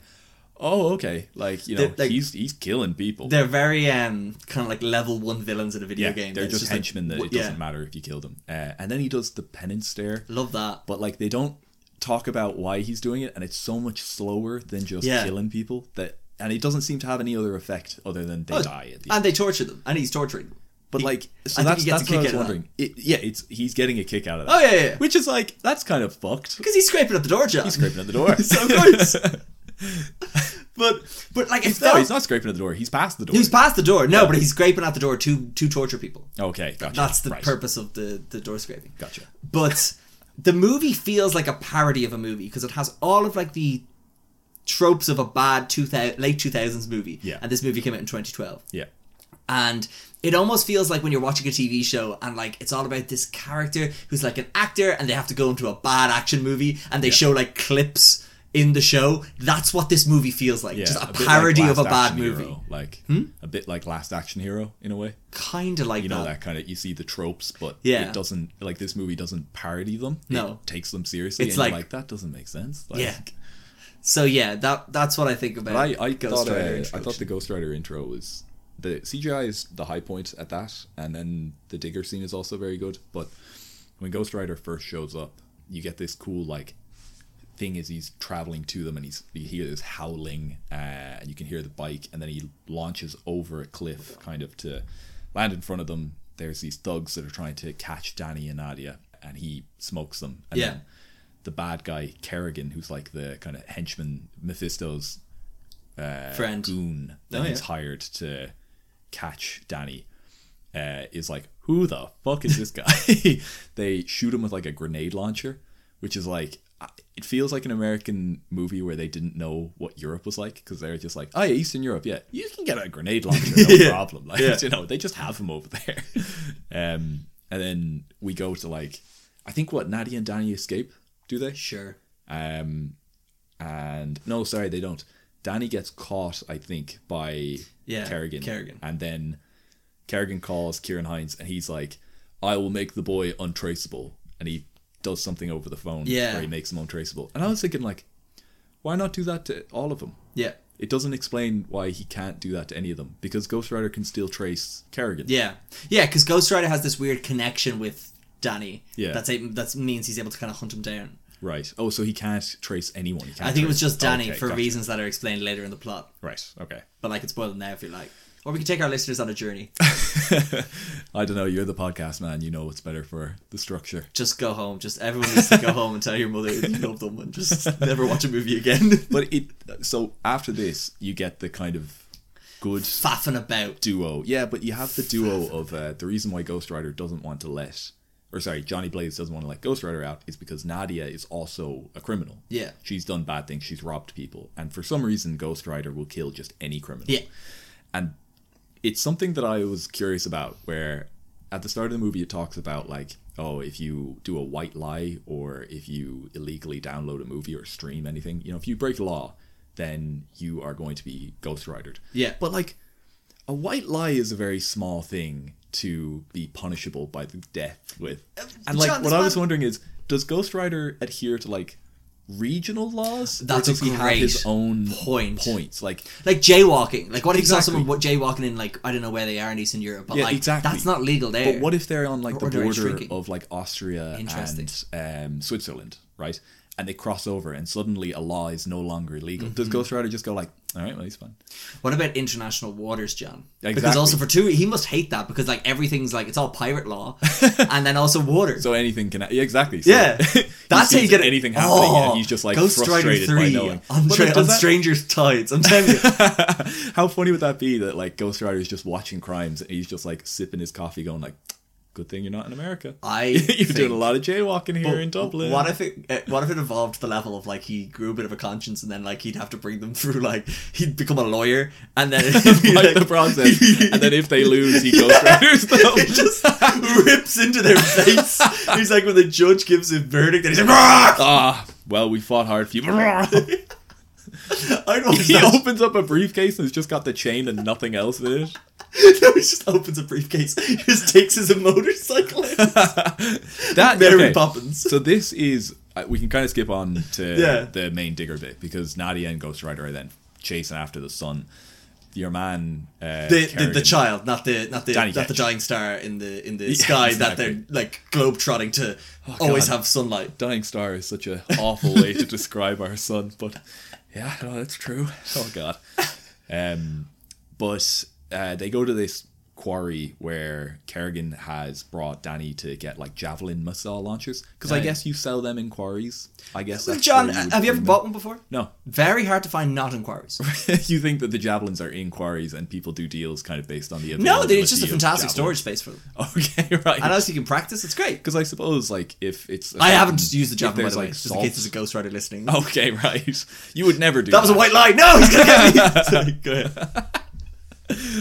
[SPEAKER 2] Oh, okay. Like you know,
[SPEAKER 1] They're, like-
[SPEAKER 2] he's he's killing people.
[SPEAKER 1] They're very um kind of like level one villains in a video
[SPEAKER 2] yeah,
[SPEAKER 1] game.
[SPEAKER 2] They're
[SPEAKER 1] It's
[SPEAKER 2] just,
[SPEAKER 1] like,
[SPEAKER 2] henchmen that
[SPEAKER 1] wh-
[SPEAKER 2] it doesn't
[SPEAKER 1] yeah.
[SPEAKER 2] matter if you kill them. Uh, and then he does the penance stare.
[SPEAKER 1] Love that.
[SPEAKER 2] But like they don't talk about why he's doing it, and it's so much slower than just
[SPEAKER 1] Yeah.
[SPEAKER 2] killing people that and it doesn't seem to have any other effect other than they die at the end.
[SPEAKER 1] Oh, and they torture them, and he's torturing. them.
[SPEAKER 2] But like so
[SPEAKER 1] I think
[SPEAKER 2] that's
[SPEAKER 1] he gets
[SPEAKER 2] that's
[SPEAKER 1] a
[SPEAKER 2] what I
[SPEAKER 1] kick
[SPEAKER 2] was
[SPEAKER 1] out of that.
[SPEAKER 2] wondering. It, yeah, it's he's getting a kick out of that.
[SPEAKER 1] Oh yeah, yeah, yeah.
[SPEAKER 2] Which is like that's kind of
[SPEAKER 1] [laughs]
[SPEAKER 2] fucked. [laughs]
[SPEAKER 1] Because he's scraping at the door, John. He's
[SPEAKER 2] Scraping at the door.
[SPEAKER 1] so good. But but like it
[SPEAKER 2] No,
[SPEAKER 1] felt
[SPEAKER 2] he's not scraping at the door. He's past the door.
[SPEAKER 1] He's past the door. No, but he's scraping at the door to to torture people.
[SPEAKER 2] okay, gotcha.
[SPEAKER 1] That's the
[SPEAKER 2] Right.
[SPEAKER 1] purpose of the the door scraping.
[SPEAKER 2] Gotcha.
[SPEAKER 1] But the movie feels like a parody of a movie because it has all of like the tropes of a bad 2000, late 2000s movie.
[SPEAKER 2] Yeah.
[SPEAKER 1] And this movie came out in 2012
[SPEAKER 2] Yeah.
[SPEAKER 1] and it almost feels like when you're watching a TV show and like it's all about this character who's like an actor and they have to go into a bad action movie and they show like clips in the show. That's what this movie feels like.
[SPEAKER 2] Yeah.
[SPEAKER 1] Just a,
[SPEAKER 2] bit like
[SPEAKER 1] parody of a
[SPEAKER 2] Last
[SPEAKER 1] bad
[SPEAKER 2] Action
[SPEAKER 1] movie. Hmm?
[SPEAKER 2] Hero, like a bit like Last Action Hero in a way.
[SPEAKER 1] Kind of like
[SPEAKER 2] You know
[SPEAKER 1] that.
[SPEAKER 2] that kind of you see the tropes, but
[SPEAKER 1] Yeah.
[SPEAKER 2] it doesn't like this movie doesn't parody them.
[SPEAKER 1] No.
[SPEAKER 2] it takes them seriously.
[SPEAKER 1] It's
[SPEAKER 2] and you're
[SPEAKER 1] like-
[SPEAKER 2] like that doesn't make sense. Like,
[SPEAKER 1] Yeah. So yeah, that that's what I think about.
[SPEAKER 2] I, I
[SPEAKER 1] Ghost
[SPEAKER 2] thought uh,
[SPEAKER 1] Rider
[SPEAKER 2] I thought the
[SPEAKER 1] introduction.
[SPEAKER 2] Ghost Rider intro was the CGI is the high point at that, and then the digger scene is also very good. But when Ghost Rider first shows up, you get this cool like thing is he's traveling to them and he's you hear this howling uh, and you can hear the bike and then he launches over a cliff kind of to land in front of them there's these thugs that are trying to catch danny and nadia and he smokes them and
[SPEAKER 1] Yeah.
[SPEAKER 2] then the bad guy kerrigan who's like the kind of henchman mephisto's
[SPEAKER 1] friend.
[SPEAKER 2] goon that
[SPEAKER 1] Oh,
[SPEAKER 2] he's
[SPEAKER 1] yeah.
[SPEAKER 2] hired to catch Danny uh, is like, who the fuck is this guy? [laughs] they shoot him with like a grenade launcher, which is like, I- it feels like an American movie where they didn't know what Europe was like because they're just like, oh yeah, Eastern Europe, yeah, you can get a grenade launcher, no problem. [laughs]
[SPEAKER 1] [laughs]
[SPEAKER 2] Like,
[SPEAKER 1] Yeah.
[SPEAKER 2] you know, they just have him over there. [laughs] um, and then we go to like, I think what Nadia and Danny escape, do they?
[SPEAKER 1] Sure.
[SPEAKER 2] Um, and no, sorry, they don't. Danny gets caught, I think, by
[SPEAKER 1] Yeah,
[SPEAKER 2] Kerrigan.
[SPEAKER 1] Kerrigan.
[SPEAKER 2] And then Kerrigan calls Kieran Hines and he's like, I will make the boy untraceable. And he does something over the phone
[SPEAKER 1] Yeah.
[SPEAKER 2] where he makes him untraceable. And I was thinking, like, why not do that to all of them?
[SPEAKER 1] Yeah.
[SPEAKER 2] It doesn't explain why he can't do that to any of them because Ghost Rider can still trace Kerrigan.
[SPEAKER 1] Yeah, yeah, because Ghost Rider has this weird connection with Danny.
[SPEAKER 2] Yeah.
[SPEAKER 1] that's a, that means he's able to kind of hunt him down.
[SPEAKER 2] Right. Oh, so he can't trace anyone. He can't
[SPEAKER 1] I think it was
[SPEAKER 2] trace-
[SPEAKER 1] just Danny
[SPEAKER 2] Okay,
[SPEAKER 1] for
[SPEAKER 2] gotcha.
[SPEAKER 1] reasons that are explained later in the plot.
[SPEAKER 2] Right. Okay.
[SPEAKER 1] But I can spoil them now if you like, or we can take our listeners on a
[SPEAKER 2] [laughs]
[SPEAKER 1] journey.
[SPEAKER 2] I don't know. You're the podcast man. You know what's better for the structure.
[SPEAKER 1] Just go home. Just everyone needs to go home and tell your mother that you love them and
[SPEAKER 2] [laughs]
[SPEAKER 1] just never watch a movie again. [laughs]
[SPEAKER 2] But it so after this, you get the kind of good
[SPEAKER 1] Faffing about.
[SPEAKER 2] duo. Yeah, but you have the duo of uh, the reason why Ghost Rider doesn't want to let, or sorry, Johnny Blaze doesn't want to let Ghost Rider out is because Nadia is also a criminal.
[SPEAKER 1] Yeah.
[SPEAKER 2] she's done bad things. She's robbed people, and for some reason, Ghost Rider will kill just any criminal.
[SPEAKER 1] Yeah,
[SPEAKER 2] and it's something that I was curious about. Where at the start of the movie, it talks about like, oh, if you do a white lie or if you illegally download a movie or stream anything, you know, if you break law, then you are going to be ghostwritered.
[SPEAKER 1] Yeah.
[SPEAKER 2] but like a white lie is a very small thing to be punishable by the death with. And like,
[SPEAKER 1] Uh, John,
[SPEAKER 2] what
[SPEAKER 1] this
[SPEAKER 2] I was
[SPEAKER 1] man-
[SPEAKER 2] wondering is, does Ghost Rider adhere to like regional laws? Or
[SPEAKER 1] That's a
[SPEAKER 2] does he have his
[SPEAKER 1] great
[SPEAKER 2] own
[SPEAKER 1] point.
[SPEAKER 2] Points like
[SPEAKER 1] like jaywalking. Like what if you saw
[SPEAKER 2] Exactly.
[SPEAKER 1] someone wa- jaywalking in like I don't know where they are in Eastern Europe, but
[SPEAKER 2] Yeah,
[SPEAKER 1] like
[SPEAKER 2] exactly.
[SPEAKER 1] that's not legal there.
[SPEAKER 2] But what if they're on like the
[SPEAKER 1] Eh, Or they're
[SPEAKER 2] border
[SPEAKER 1] shrinking.
[SPEAKER 2] of like Austria
[SPEAKER 1] Interesting.
[SPEAKER 2] and um, Switzerland, right? And they cross over, and suddenly a law is no longer legal. Does
[SPEAKER 1] Mm-hmm.
[SPEAKER 2] Ghost Rider just go like, "All right, well, he's fine."
[SPEAKER 1] What about international waters, John? Because
[SPEAKER 2] Exactly.
[SPEAKER 1] also for two, he must hate that because like everything's like it's all pirate
[SPEAKER 2] [laughs]
[SPEAKER 1] law, and then also water.
[SPEAKER 2] So anything can, yeah, exactly. So
[SPEAKER 1] Yeah.
[SPEAKER 2] [laughs] he
[SPEAKER 1] That's how you
[SPEAKER 2] sees
[SPEAKER 1] get it.
[SPEAKER 2] anything happening,
[SPEAKER 1] Oh,
[SPEAKER 2] and he's just like
[SPEAKER 1] Ghost
[SPEAKER 2] frustrated
[SPEAKER 1] Rider
[SPEAKER 2] by
[SPEAKER 1] 3
[SPEAKER 2] knowing.
[SPEAKER 1] on,
[SPEAKER 2] But,
[SPEAKER 1] tra-
[SPEAKER 2] like,
[SPEAKER 1] on
[SPEAKER 2] does that-
[SPEAKER 1] strangers' tides. I'm telling you,
[SPEAKER 2] How funny would that be that like Ghost Rider is just watching crimes, and he's just like sipping his coffee, going like, "Good thing you're not in America.
[SPEAKER 1] I
[SPEAKER 2] [laughs] you're
[SPEAKER 1] think-
[SPEAKER 2] doing a lot of jaywalking here in Dublin." [laughs]
[SPEAKER 1] What if it? uh, What if it evolved to the level of like he grew a bit of a conscience, and then like he'd have to bring them [laughs] through like he'd become a lawyer, and then it'd be,
[SPEAKER 2] [laughs] like
[SPEAKER 1] [laughs] like,
[SPEAKER 2] the process, and then if they lose, he
[SPEAKER 1] [laughs]
[SPEAKER 2] Ghost Riders them.
[SPEAKER 1] It just rips into their face. He's like when the judge gives a verdict, and he's like, "Rah!"
[SPEAKER 2] Ah, well, we fought hard [laughs] for you.
[SPEAKER 1] I don't
[SPEAKER 2] he
[SPEAKER 1] [laughs] know.
[SPEAKER 2] opens up a briefcase and it's just got the chain and nothing else
[SPEAKER 1] [laughs]
[SPEAKER 2] in it.
[SPEAKER 1] No, he just opens a briefcase, just takes his
[SPEAKER 2] [laughs]
[SPEAKER 1] motorcycle. out.
[SPEAKER 2] That
[SPEAKER 1] Mary Poppins.
[SPEAKER 2] So this is uh, we can kind of skip on to
[SPEAKER 1] Yeah.
[SPEAKER 2] the main digger bit because Nadia and Ghost Rider are then chasing after the son. Your man, uh,
[SPEAKER 1] the, the, the
[SPEAKER 2] Kerrigan-
[SPEAKER 1] child, not the not the
[SPEAKER 2] Danny
[SPEAKER 1] not the
[SPEAKER 2] Ketch.
[SPEAKER 1] dying star in the
[SPEAKER 2] [laughs]
[SPEAKER 1] in the sky
[SPEAKER 2] exactly. Oh,
[SPEAKER 1] that they're like globe trotting to always
[SPEAKER 2] God.
[SPEAKER 1] have sunlight.
[SPEAKER 2] Dying Star is such a awful way to [laughs] describe our son, but yeah, no, that's true. Oh god. Um, but uh, they go to this quarry where Kerrigan has brought Danny to get like javelin missile launchers because I
[SPEAKER 1] Right.
[SPEAKER 2] guess you sell them in quarries. I guess. that's
[SPEAKER 1] John,
[SPEAKER 2] where would
[SPEAKER 1] have you ever
[SPEAKER 2] bring them.
[SPEAKER 1] bought one before?
[SPEAKER 2] No. [laughs]
[SPEAKER 1] Very hard to find not in quarries.
[SPEAKER 2] you think that the javelins are in quarries and people do deals kind of based on the uh,
[SPEAKER 1] No, they- it's just a
[SPEAKER 2] availability
[SPEAKER 1] fantastic
[SPEAKER 2] of
[SPEAKER 1] storage space for them.
[SPEAKER 2] javelins. [laughs] Okay, right.
[SPEAKER 1] And as you can practice, it's great.
[SPEAKER 2] Because I suppose like if it's I
[SPEAKER 1] I haven't used the javelin by
[SPEAKER 2] there's
[SPEAKER 1] the way,
[SPEAKER 2] like
[SPEAKER 1] just in case
[SPEAKER 2] salt- Oh,
[SPEAKER 1] there's a ghostwriter listening.
[SPEAKER 2] [laughs] Okay, right. You would never
[SPEAKER 1] [laughs]
[SPEAKER 2] do
[SPEAKER 1] that was a white lie. No, he's gonna
[SPEAKER 2] [laughs]
[SPEAKER 1] get me. Sorry, go ahead.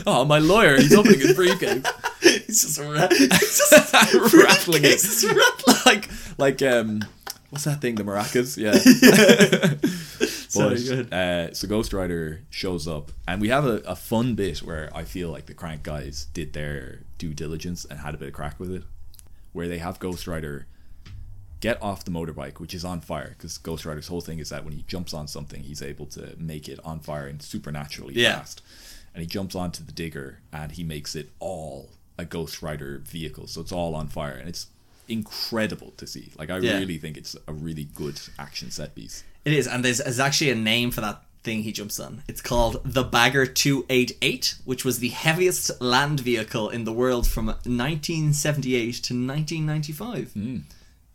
[SPEAKER 2] Oh, my lawyer. He's opening his
[SPEAKER 1] [laughs]
[SPEAKER 2] briefcase, [laughs]
[SPEAKER 1] It's just a ra- [laughs] it's just
[SPEAKER 2] rattling
[SPEAKER 1] it's just
[SPEAKER 2] it
[SPEAKER 1] a rattling. [laughs]
[SPEAKER 2] like like um. What's that thing? The maracas, yeah. [laughs]
[SPEAKER 1] Sorry,
[SPEAKER 2] But,
[SPEAKER 1] go ahead.
[SPEAKER 2] Uh, so Ghost Rider shows up, and we have a, a fun bit where I feel like the Crank guys did their due diligence and had a bit of crack with it, where they have Ghost Rider get off the motorbike, which is on fire, because Ghost Rider's whole thing is that when he jumps on something, he's able to make it on fire and supernaturally
[SPEAKER 1] Yeah.
[SPEAKER 2] fast. And he jumps onto the digger, and he makes it all a Ghost Rider vehicle, so it's all on fire, and it's incredible to see. Like I
[SPEAKER 1] Yeah.
[SPEAKER 2] really think it's a really good action set piece.
[SPEAKER 1] It is, and there's, there's actually a name for that thing he jumps on. It's called the Bagger 288, which was the heaviest land vehicle in the world from 1978 to 1995.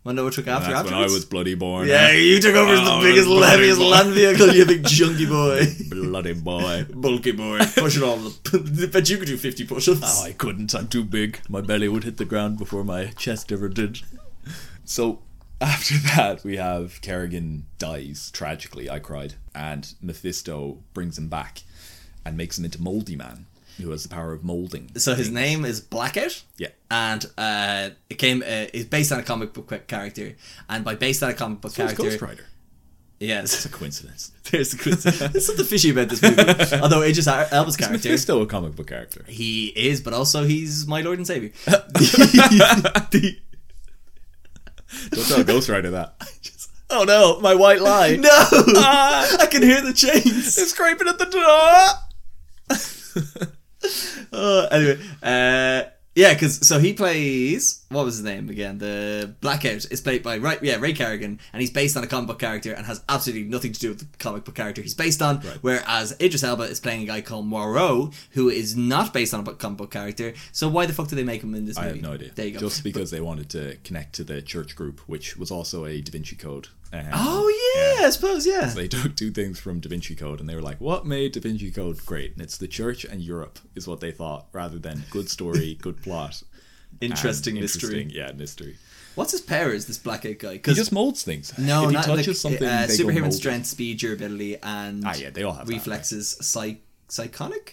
[SPEAKER 1] Wonder what took after
[SPEAKER 2] Hmm. That's when I
[SPEAKER 1] afterwards?
[SPEAKER 2] was bloody born.
[SPEAKER 1] yeah, Oh, you took over as
[SPEAKER 2] I
[SPEAKER 1] the
[SPEAKER 2] was
[SPEAKER 1] biggest,
[SPEAKER 2] bloody
[SPEAKER 1] heaviest
[SPEAKER 2] boy.
[SPEAKER 1] land vehicle, you big [laughs] junky boy.
[SPEAKER 2] [laughs] bloody boy.
[SPEAKER 1] Bulky boy, Oh, pushing all the. [laughs] Bet you could do 50 push ups.
[SPEAKER 2] Oh, I couldn't. I'm too big. My belly would hit the ground before my chest ever did. So after that, we have Kerrigan dies tragically. I cried, and Mephisto brings him back and makes him into Moldy Man, who has the power of molding.
[SPEAKER 1] So his name is Blackout.
[SPEAKER 2] Yeah.
[SPEAKER 1] And uh, it came. Uh, it's based on a comic book ca- character, and by based on a comic book
[SPEAKER 2] Who's
[SPEAKER 1] character,
[SPEAKER 2] Ghost Rider.
[SPEAKER 1] yes, [laughs]
[SPEAKER 2] It's a coincidence. [laughs]
[SPEAKER 1] there's a quiz. there's something fishy about this movie. [laughs] Although Idris Ar- Elba's
[SPEAKER 2] Is
[SPEAKER 1] character,
[SPEAKER 2] Mephisto a comic book character? [laughs]
[SPEAKER 1] he is, but also he's my lord and savior.
[SPEAKER 2] Don't tell Ghost Rider that.
[SPEAKER 1] oh no, my white lie. no,
[SPEAKER 2] [laughs] Ah!
[SPEAKER 1] I can hear the chains.
[SPEAKER 2] It's scraping at the door.
[SPEAKER 1] Uh, anyway, uh, yeah, because so he plays what was his name again? The Blackout is played by right, yeah, Ray Kerrigan, and he's based on a comic book character and has absolutely nothing to do with the comic book character he's based on. Whereas Idris Elba is playing a guy called Moreau, who is not based on a book- comic book character. So why the fuck do they make him in this
[SPEAKER 2] I
[SPEAKER 1] movie?
[SPEAKER 2] have no idea.
[SPEAKER 1] There you go.
[SPEAKER 2] Just because they wanted to connect to the church group, which was also a Da Vinci Code. Um,
[SPEAKER 1] oh yeah, I suppose yeah.
[SPEAKER 2] They took two things from Da Vinci Code and they were like, what made Da Vinci Code great? And it's the church and Europe, is what they thought, rather than good story, good plot. and
[SPEAKER 1] interesting,
[SPEAKER 2] interesting-
[SPEAKER 1] mystery.
[SPEAKER 2] Yeah, mystery.
[SPEAKER 1] What's his power? Is this Blackout guy?
[SPEAKER 2] He
[SPEAKER 1] Because
[SPEAKER 2] just molds things.
[SPEAKER 1] No,
[SPEAKER 2] if he
[SPEAKER 1] not
[SPEAKER 2] touches
[SPEAKER 1] like,
[SPEAKER 2] something,
[SPEAKER 1] uh,
[SPEAKER 2] they go
[SPEAKER 1] superhuman
[SPEAKER 2] mold it.
[SPEAKER 1] strength, speed, durability, and
[SPEAKER 2] Ah, yeah, they all have that,
[SPEAKER 1] reflexes. psych, psychonic,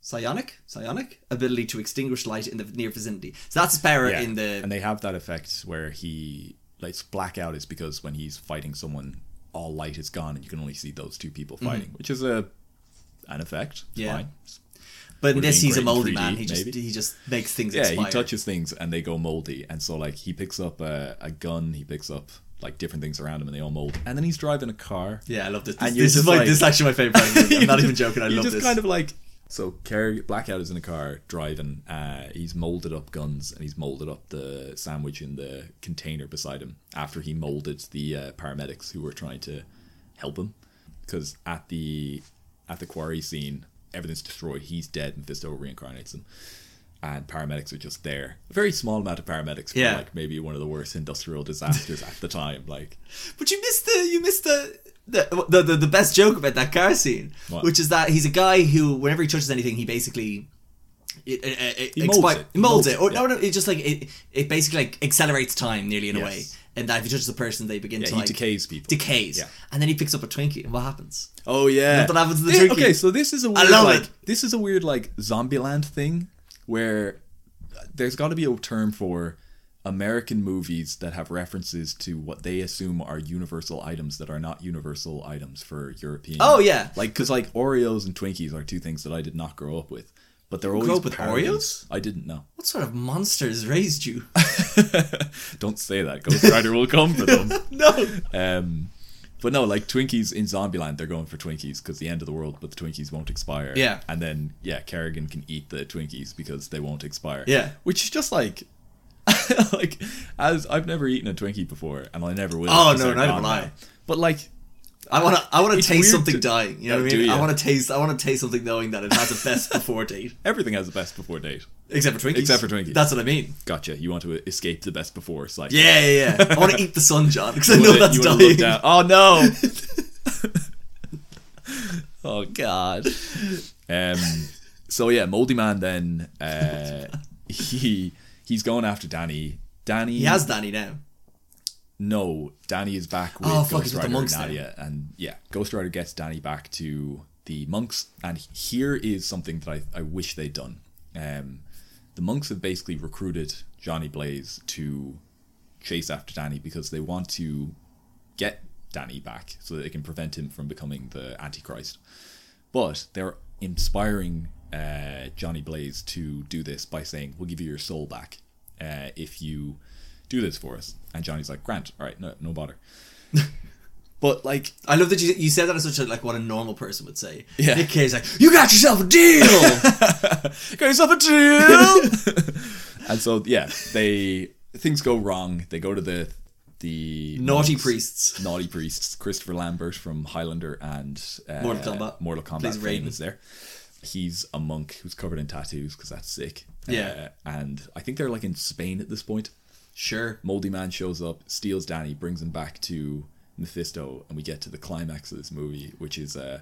[SPEAKER 1] psionic, psionic ability to extinguish light in the near vicinity. So that's his power
[SPEAKER 2] Yeah.
[SPEAKER 1] in the.
[SPEAKER 2] and they have that effect where he like blackout is because when he's fighting someone, all light is gone and you can only see those two people fighting, which is a an effect.
[SPEAKER 1] Mm-hmm.
[SPEAKER 2] It's
[SPEAKER 1] Yeah.
[SPEAKER 2] fine.
[SPEAKER 1] but in this,
[SPEAKER 2] been
[SPEAKER 1] he's a
[SPEAKER 2] great in
[SPEAKER 1] moldy
[SPEAKER 2] 3D,
[SPEAKER 1] man. He just
[SPEAKER 2] maybe.
[SPEAKER 1] he just makes things.
[SPEAKER 2] yeah
[SPEAKER 1] expire.
[SPEAKER 2] he touches things and they go moldy and so like he picks up a, a gun he picks up like different things around him and they all mold and then he's driving a car
[SPEAKER 1] Yeah, I love this. This,
[SPEAKER 2] And you're
[SPEAKER 1] this is
[SPEAKER 2] just
[SPEAKER 1] like,
[SPEAKER 2] like-
[SPEAKER 1] this is actually my favorite. part of the movie. I'm not even joking. I
[SPEAKER 2] [laughs] you
[SPEAKER 1] love
[SPEAKER 2] just
[SPEAKER 1] this.
[SPEAKER 2] kind of like so Kerry blackout is in a car driving uh, he's molded up guns and he's molded up the sandwich in the container beside him after he molded the uh, paramedics who were trying to help him because at the at the quarry scene everything's destroyed he's dead and Mephisto reincarnates him and paramedics are just there. A very small amount of paramedics for
[SPEAKER 1] Yeah.
[SPEAKER 2] like maybe one of the worst industrial disasters at the time. Like
[SPEAKER 1] But you missed the you missed the the, the, the, the best joke about that car scene,
[SPEAKER 2] What?
[SPEAKER 1] which is that he's a guy who whenever he touches anything, he basically. It, it, it,
[SPEAKER 2] He molds
[SPEAKER 1] expi-
[SPEAKER 2] it.
[SPEAKER 1] He molds it. Or, no, no, it just like it, it basically like accelerates time nearly in a
[SPEAKER 2] Yes.
[SPEAKER 1] way. And that if he touches a person, they begin
[SPEAKER 2] Yeah,
[SPEAKER 1] to
[SPEAKER 2] he
[SPEAKER 1] like
[SPEAKER 2] decays people.
[SPEAKER 1] Decays,
[SPEAKER 2] Yeah.
[SPEAKER 1] and then he picks up a Twinkie, and what happens?
[SPEAKER 2] Oh yeah.
[SPEAKER 1] Nothing happens to the
[SPEAKER 2] Yeah,
[SPEAKER 1] turkey.
[SPEAKER 2] Okay, so this is a weird
[SPEAKER 1] love
[SPEAKER 2] like
[SPEAKER 1] it.
[SPEAKER 2] this is a weird like Zombieland thing where there's got to be a term for American movies that have references to what they assume are universal items that are not universal items for European.
[SPEAKER 1] Oh, yeah.
[SPEAKER 2] like because like Oreos and Twinkies are two things that I did not grow up with, but they're always
[SPEAKER 1] up with
[SPEAKER 2] parodies.
[SPEAKER 1] Oreos?
[SPEAKER 2] I didn't know.
[SPEAKER 1] What sort of monsters raised you?
[SPEAKER 2] Don't say that. Ghost Rider will come for them.
[SPEAKER 1] [laughs] no,
[SPEAKER 2] Um, but no, like Twinkies in Zombieland, they're going for Twinkies because the end of the world, but the Twinkies won't expire.
[SPEAKER 1] Yeah.
[SPEAKER 2] And then, yeah, Kerrigan can eat the Twinkies because they won't expire.
[SPEAKER 1] Yeah.
[SPEAKER 2] Which is just like, [laughs] like, as I've never eaten a Twinkie before, and I never will.
[SPEAKER 1] Oh,
[SPEAKER 2] because
[SPEAKER 1] no,
[SPEAKER 2] they're
[SPEAKER 1] neither
[SPEAKER 2] gone
[SPEAKER 1] will I.
[SPEAKER 2] now. But like,
[SPEAKER 1] I want to. I want to
[SPEAKER 2] [laughs] It's
[SPEAKER 1] taste
[SPEAKER 2] weird
[SPEAKER 1] something
[SPEAKER 2] to-
[SPEAKER 1] dying. You know
[SPEAKER 2] Oh,
[SPEAKER 1] what I
[SPEAKER 2] do
[SPEAKER 1] mean? I
[SPEAKER 2] ya?
[SPEAKER 1] want to taste. I want to taste something knowing that it has a best before date,
[SPEAKER 2] Everything has a best before date.
[SPEAKER 1] except for Twinkies.
[SPEAKER 2] Except for Twinkies.
[SPEAKER 1] That's what I mean.
[SPEAKER 2] Gotcha. You want to escape the best before slightly.
[SPEAKER 1] Yeah, yeah, yeah. I want to eat the sun, John, because [laughs] I
[SPEAKER 2] You
[SPEAKER 1] know
[SPEAKER 2] wanna-
[SPEAKER 1] that's
[SPEAKER 2] you wanna look
[SPEAKER 1] dying. [laughs]
[SPEAKER 2] down. Oh no. [laughs] oh god.
[SPEAKER 1] [laughs]
[SPEAKER 2] Um. So yeah, Moldy Man. Then uh, he he's going after Danny. Danny.
[SPEAKER 1] He has Danny now.
[SPEAKER 2] No, Danny is back with
[SPEAKER 1] Oh, fuck,
[SPEAKER 2] Ghost
[SPEAKER 1] he's with the
[SPEAKER 2] Rider
[SPEAKER 1] monks
[SPEAKER 2] and Nadia, and yeah, Ghost Rider gets Danny back to the monks. And here is something that I, I wish they'd done. Um, the monks have basically recruited Johnny Blaze to chase after Danny because they want to get Danny back so that they can prevent him from becoming the Antichrist. But they're inspiring uh, Johnny Blaze to do this by saying, "We'll give you your soul back uh, if you do this for us." And Johnny's like, "Grant, all right, no, no bother." but like,
[SPEAKER 1] I love that you, you said that as such a, like what a normal person would say.
[SPEAKER 2] Yeah.
[SPEAKER 1] Nick Cage's like, you [laughs] got yourself a deal.
[SPEAKER 2] [laughs] got yourself a deal. and so yeah, they things go wrong. They go to the the
[SPEAKER 1] [laughs] Naughty
[SPEAKER 2] monks-
[SPEAKER 1] priests.
[SPEAKER 2] naughty priests. Christopher Lambert from Highlander and uh,
[SPEAKER 1] Mortal Kombat.
[SPEAKER 2] Mortal Kombat
[SPEAKER 1] Plays
[SPEAKER 2] fame
[SPEAKER 1] Raiden.
[SPEAKER 2] is there. He's a monk who's covered in tattoos because that's sick.
[SPEAKER 1] Yeah.
[SPEAKER 2] Uh, and I think they're like in Spain at this point.
[SPEAKER 1] sure.
[SPEAKER 2] Moldy Man shows up, steals Danny, brings him back to Mephisto, and we get to the climax of this movie, which is uh,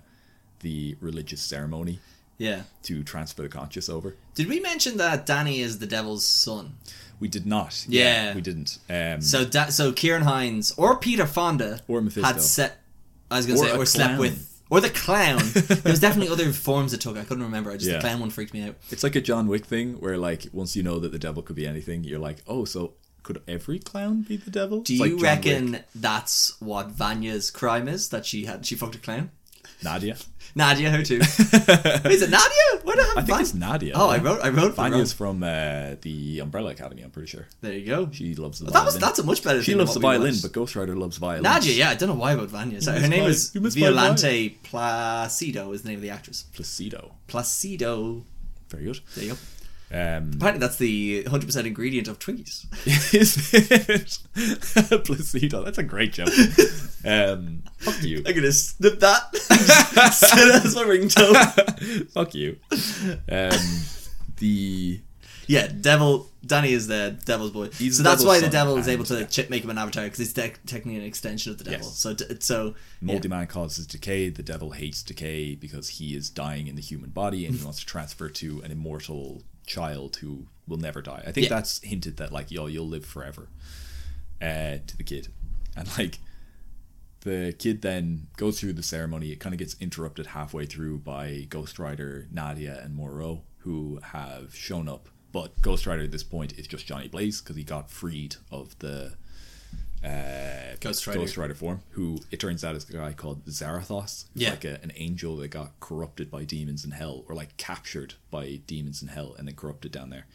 [SPEAKER 2] the religious ceremony
[SPEAKER 1] Yeah.
[SPEAKER 2] to transfer the conscious over.
[SPEAKER 1] Did we mention that Danny is the devil's son?
[SPEAKER 2] We did not.
[SPEAKER 1] Yeah.
[SPEAKER 2] we didn't. Um,
[SPEAKER 1] So da- so Kieran Hines or Peter Fonda
[SPEAKER 2] Or Mephisto.
[SPEAKER 1] had set. I was gonna
[SPEAKER 2] Or
[SPEAKER 1] say
[SPEAKER 2] a
[SPEAKER 1] or slept
[SPEAKER 2] clown.
[SPEAKER 1] with or the clown.
[SPEAKER 2] [laughs]
[SPEAKER 1] there was definitely other forms it took. I couldn't remember. I just the
[SPEAKER 2] Yeah.
[SPEAKER 1] clown one freaked me out.
[SPEAKER 2] it's like a John Wick thing where, like, once you know that the devil could be anything, you're like, oh, so could every clown be the devil?
[SPEAKER 1] Do you reckon that's what Vanya's crime is? That she had she fucked a clown.
[SPEAKER 2] Nadia?
[SPEAKER 1] Nadia, her
[SPEAKER 2] [laughs]
[SPEAKER 1] too. is it Nadia? Where the hell?
[SPEAKER 2] I think
[SPEAKER 1] Van-
[SPEAKER 2] it's Nadia.
[SPEAKER 1] Oh, I wrote. I wrote. Vanya's.
[SPEAKER 2] Vanya's from uh, the Umbrella Academy. I'm pretty sure
[SPEAKER 1] There you go.
[SPEAKER 2] she loves the.
[SPEAKER 1] That was
[SPEAKER 2] violin.
[SPEAKER 1] that's a much better.
[SPEAKER 2] she
[SPEAKER 1] thing
[SPEAKER 2] loves the
[SPEAKER 1] than what we
[SPEAKER 2] violin,
[SPEAKER 1] watched.
[SPEAKER 2] but Ghost Rider loves violin.
[SPEAKER 1] Nadia, yeah, I don't know why about Vanya. Sorry, her
[SPEAKER 2] missed
[SPEAKER 1] name
[SPEAKER 2] my-
[SPEAKER 1] is
[SPEAKER 2] you missed my
[SPEAKER 1] Violante Placido. Is the name of the actress?
[SPEAKER 2] Placido.
[SPEAKER 1] Placido.
[SPEAKER 2] Very good.
[SPEAKER 1] There you go.
[SPEAKER 2] Um,
[SPEAKER 1] Apparently, that's the 100% ingredient of Twinkies. [laughs]
[SPEAKER 2] is [laughs] it Placido? That's a great joke. Um, fuck [laughs] you.
[SPEAKER 1] I'm gonna snip that. [laughs] Set it as my ringtone.
[SPEAKER 2] [laughs] fuck you. Um, the
[SPEAKER 1] Yeah, Devil. Danny is the Devil's boy.
[SPEAKER 2] He's
[SPEAKER 1] so
[SPEAKER 2] the
[SPEAKER 1] that's
[SPEAKER 2] devil's
[SPEAKER 1] why the
[SPEAKER 2] son,
[SPEAKER 1] Devil is
[SPEAKER 2] and-
[SPEAKER 1] able to chip, make him an avatar because it's tec- technically an extension of the Devil.
[SPEAKER 2] Yes.
[SPEAKER 1] So, d- so yeah.
[SPEAKER 2] Moldy Man causes decay. The devil hates decay because he is dying in the human body
[SPEAKER 1] Mm-hmm.
[SPEAKER 2] and he wants to transfer to an immortal child who will never die. I think
[SPEAKER 1] Yeah.
[SPEAKER 2] that's hinted that like yo, you'll live forever uh, to the kid, and like the kid then goes through the ceremony. It kind of gets interrupted halfway through by Ghost Rider, Nadia, and Moreau, who have shown up. But Ghost Rider at this point is just Johnny Blaze because he got freed of the uh,
[SPEAKER 1] Ghost Rider.
[SPEAKER 2] Ghost Rider form, who it turns out is a guy called Zarathos, who's
[SPEAKER 1] Yeah.
[SPEAKER 2] like a, an angel that got corrupted by demons in hell, or like captured by demons in hell and then corrupted down there.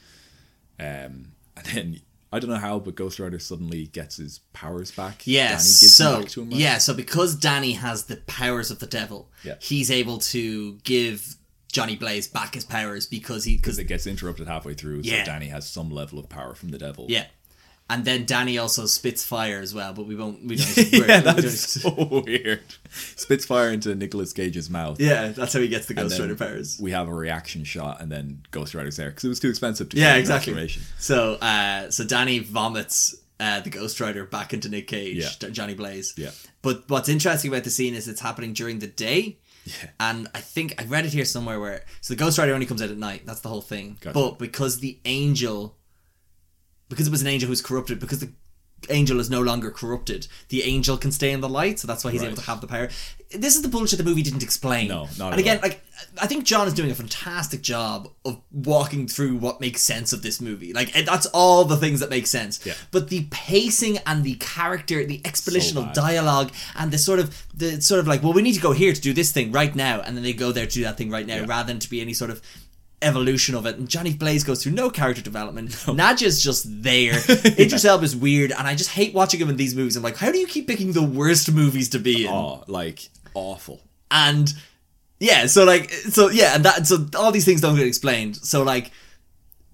[SPEAKER 2] Um, and then I don't know how, but Ghost Rider suddenly gets his powers back.
[SPEAKER 1] Yeah,
[SPEAKER 2] Danny gives them
[SPEAKER 1] so
[SPEAKER 2] back to him, right?
[SPEAKER 1] yeah, so because Danny has the powers of the devil,
[SPEAKER 2] Yeah.
[SPEAKER 1] he's able to give Johnny Blaze back his powers because he because
[SPEAKER 2] Because it gets interrupted halfway through,
[SPEAKER 1] Yeah.
[SPEAKER 2] so Danny has some level of power from the devil. [laughs]
[SPEAKER 1] yeah, and then Danny also spits fire as well, but we won't we
[SPEAKER 2] [laughs]
[SPEAKER 1] don't. we're-
[SPEAKER 2] yeah,
[SPEAKER 1] we don't-
[SPEAKER 2] that's so weird. Spits fire into Nicolas Cage's mouth.
[SPEAKER 1] [laughs] yeah, that's how he gets the
[SPEAKER 2] and
[SPEAKER 1] Ghost
[SPEAKER 2] then
[SPEAKER 1] Rider powers.
[SPEAKER 2] We have a reaction shot, and then Ghost Rider's there because it was too expensive to
[SPEAKER 1] Yeah,
[SPEAKER 2] get an
[SPEAKER 1] exactly.
[SPEAKER 2] transformation.
[SPEAKER 1] So uh, so Danny vomits uh, the Ghost Rider back into Nick Cage,
[SPEAKER 2] Yeah.
[SPEAKER 1] J- Johnny Blaze.
[SPEAKER 2] Yeah.
[SPEAKER 1] But what's interesting about the scene is it's happening during the day.
[SPEAKER 2] Yeah.
[SPEAKER 1] And I think I read it here somewhere where so the Ghost Rider only comes out at night. That's the whole thing.
[SPEAKER 2] Gotcha.
[SPEAKER 1] But because the angel, because it was an angel who's corrupted, because the angel is no longer corrupted, the angel can stay in the light. So that's why he's
[SPEAKER 2] Right.
[SPEAKER 1] able to have the power. This is the bullshit the movie didn't explain.
[SPEAKER 2] No,
[SPEAKER 1] And
[SPEAKER 2] not at
[SPEAKER 1] again,
[SPEAKER 2] all.
[SPEAKER 1] like I think John is doing a fantastic job of walking through what makes sense of this movie. Like and that's all the things that make sense.
[SPEAKER 2] Yeah.
[SPEAKER 1] But the pacing and the character, the exposition
[SPEAKER 2] So
[SPEAKER 1] of
[SPEAKER 2] bad.
[SPEAKER 1] dialogue, and the sort of the sort of like, well, we need to go here to do this thing right now, and then they go there to do that thing right now, rather than to be any sort of evolution of it. And Johnny Blaze goes through no character
[SPEAKER 2] [laughs]
[SPEAKER 1] development. Nadja's just there. Idris Elba's weird, and I just hate watching him in these movies. I'm like, how do you keep picking the worst movies to be in?
[SPEAKER 2] Oh, like awful.
[SPEAKER 1] and yeah so like so yeah and that so all these things don't get explained so like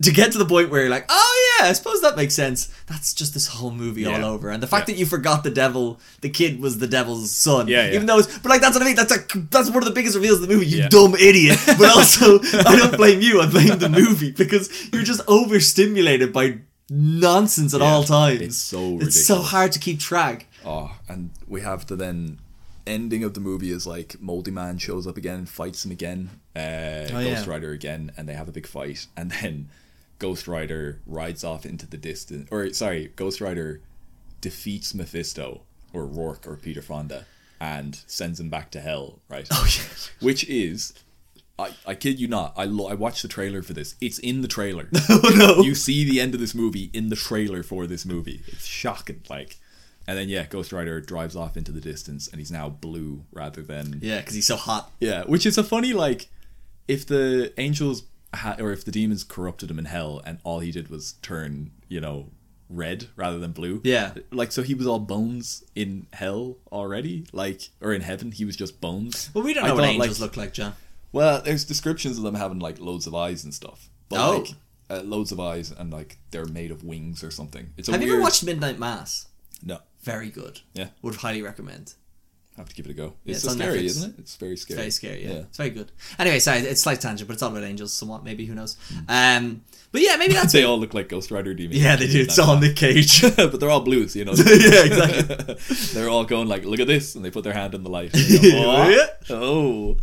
[SPEAKER 1] to get to the point where you're like, oh yeah, I suppose that makes sense. That's just this whole movie all
[SPEAKER 2] Yeah.
[SPEAKER 1] over, and the fact
[SPEAKER 2] Yeah.
[SPEAKER 1] that you forgot the devil, the kid was the devil's son.
[SPEAKER 2] Yeah, yeah.
[SPEAKER 1] Even though, it's, but like that's what I mean. That's a, that's one of the biggest reveals of the movie. You
[SPEAKER 2] Yeah.
[SPEAKER 1] dumb
[SPEAKER 2] [laughs]
[SPEAKER 1] idiot. But also, I don't blame you. I blame the movie because you're just overstimulated by nonsense at all times.
[SPEAKER 2] it's so
[SPEAKER 1] it's so
[SPEAKER 2] ridiculous.
[SPEAKER 1] hard to keep track.
[SPEAKER 2] Oh, and we have the then ending of the movie is like Moldy Man shows up again, fights him again, uh, Ghost
[SPEAKER 1] Oh, yeah.
[SPEAKER 2] Rider again, and they have a big fight, and then Ghost Rider rides off into the distance, or sorry, Ghost Rider defeats Mephisto or Rourke or Peter Fonda and sends him back to hell, right? Oh
[SPEAKER 1] yeah.
[SPEAKER 2] which is. I, I kid you not. I lo- I watched the trailer for this. It's in
[SPEAKER 1] [laughs]
[SPEAKER 2] the trailer.
[SPEAKER 1] Oh no.
[SPEAKER 2] [laughs] you see the end of this movie in the trailer for this movie. It's shocking, like. And then yeah, Ghost Rider drives off into the distance, and he's now blue rather than
[SPEAKER 1] yeah, because he's so hot.
[SPEAKER 2] yeah, which is a funny like if the angels ha- or if the demons corrupted him in hell, and all he did was turn you know red rather than blue.
[SPEAKER 1] Yeah.
[SPEAKER 2] like so he was all bones in hell already, like or in heaven he was just bones.
[SPEAKER 1] Well, we don't
[SPEAKER 2] I
[SPEAKER 1] know what
[SPEAKER 2] thought,
[SPEAKER 1] angels
[SPEAKER 2] like,
[SPEAKER 1] look like, John.
[SPEAKER 2] well, there's descriptions of them having like loads of eyes and stuff. But
[SPEAKER 1] Oh.
[SPEAKER 2] like uh, loads of eyes and like they're made of wings or something. It's a
[SPEAKER 1] Have
[SPEAKER 2] weird...
[SPEAKER 1] you ever watched Midnight Mass?
[SPEAKER 2] No,
[SPEAKER 1] Very good.
[SPEAKER 2] Yeah.
[SPEAKER 1] Would highly recommend.
[SPEAKER 2] I have to give it a go.
[SPEAKER 1] Yeah,
[SPEAKER 2] It's,
[SPEAKER 1] it's
[SPEAKER 2] so
[SPEAKER 1] on
[SPEAKER 2] scary,
[SPEAKER 1] Netflix.
[SPEAKER 2] isn't it? It's very scary.
[SPEAKER 1] Very scary, yeah. It's very good. Anyway, sorry, it's slight tangent, but it's all about angels somewhat, maybe, who knows. Um but yeah, maybe
[SPEAKER 2] [laughs]
[SPEAKER 1] that's
[SPEAKER 2] They all look like Ghost Rider demons.
[SPEAKER 1] Yeah, they do. It's all Nick Cage. [laughs]
[SPEAKER 2] [laughs] but they're all blues, you know.
[SPEAKER 1] yeah, exactly.
[SPEAKER 2] [laughs] they're all going like, "Look at this," and they put their hand on
[SPEAKER 1] [laughs]
[SPEAKER 2] the light. and they go,
[SPEAKER 1] Yeah.
[SPEAKER 2] "What? Oh,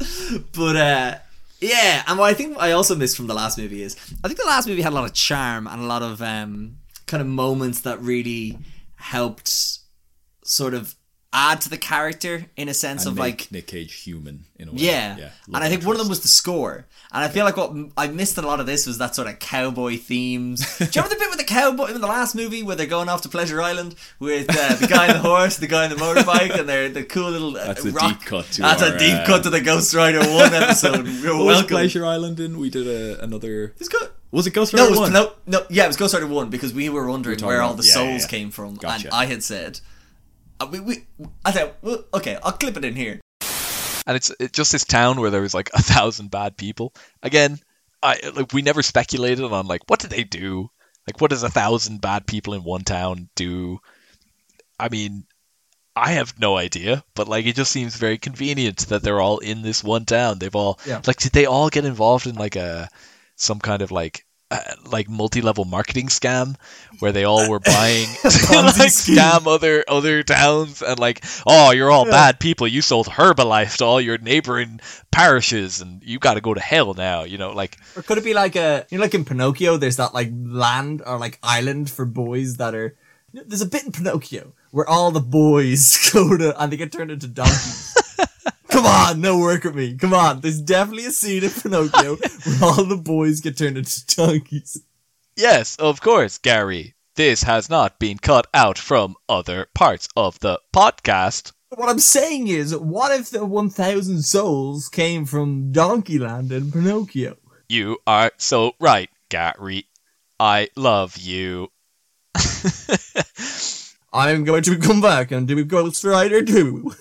[SPEAKER 1] But uh yeah, and what I think I also missed from the last movie is I think the last movie had a lot of charm and a lot of um kind of moments that really helped sort of add to the character in a sense of like
[SPEAKER 2] Make Nick Cage human in a way.
[SPEAKER 1] Yeah. and I
[SPEAKER 2] love
[SPEAKER 1] think one of them
[SPEAKER 2] interest.
[SPEAKER 1] was the score. And I feel like what m- I missed in a lot of this was that sort of cowboy
[SPEAKER 2] [laughs]
[SPEAKER 1] themes. Do you remember the bit with the cowboy in the last movie where they're going off to Pleasure Island with uh, the guy on the horse, the guy on the motorbike, and they're the cool little uh,
[SPEAKER 2] That's a
[SPEAKER 1] rock.
[SPEAKER 2] deep cut to
[SPEAKER 1] That's a
[SPEAKER 2] our,
[SPEAKER 1] deep
[SPEAKER 2] uh,
[SPEAKER 1] cut to the Ghost Rider one
[SPEAKER 2] [laughs]
[SPEAKER 1] episode. You're
[SPEAKER 2] What was
[SPEAKER 1] welcome.
[SPEAKER 2] Glacier Island in? We did a, another.
[SPEAKER 1] It's good.
[SPEAKER 2] Was it Ghost Rider
[SPEAKER 1] No, it was,
[SPEAKER 2] one?
[SPEAKER 1] no, no, yeah, it was Ghost Rider one because we were wondering
[SPEAKER 2] talking
[SPEAKER 1] where all
[SPEAKER 2] about-
[SPEAKER 1] the
[SPEAKER 2] yeah,
[SPEAKER 1] souls
[SPEAKER 2] yeah, yeah.
[SPEAKER 1] came from, and
[SPEAKER 2] Gotcha.
[SPEAKER 1] I had said, uh, we, we, I said, well, okay, I'll clip it in here.
[SPEAKER 6] and it's it's just this town where there was like [laughs] a thousand bad people. Again, I like we never speculated on like what do they do? Like what does a thousand bad people in one town do? I mean, I have no idea, but like it just seems very convenient that they're all in this one town. They've all like did they all get involved in like a some kind of like uh, like multi-level marketing scam where they all were buying [laughs] to, like scam other other towns and like oh you're all bad people you sold herbalife to all your neighboring parishes and you got to go to hell now you know like
[SPEAKER 1] Or could it be like a you know, like in Pinocchio? There's that like land or like island for boys that are. There's a bit in Pinocchio where all the boys [laughs] go to and they get turned into donkeys. Come on, no work at me. Come on, there's definitely a scene in Pinocchio where all the boys get turned into donkeys.
[SPEAKER 6] yes of course Gary this has not been cut out from other parts of the podcast
[SPEAKER 1] What I'm saying is, what if the 1,000 souls came from Donkeyland and Pinocchio?
[SPEAKER 6] you are so right Gary I love you
[SPEAKER 1] I'm going to come back and do Ghost Rider 2.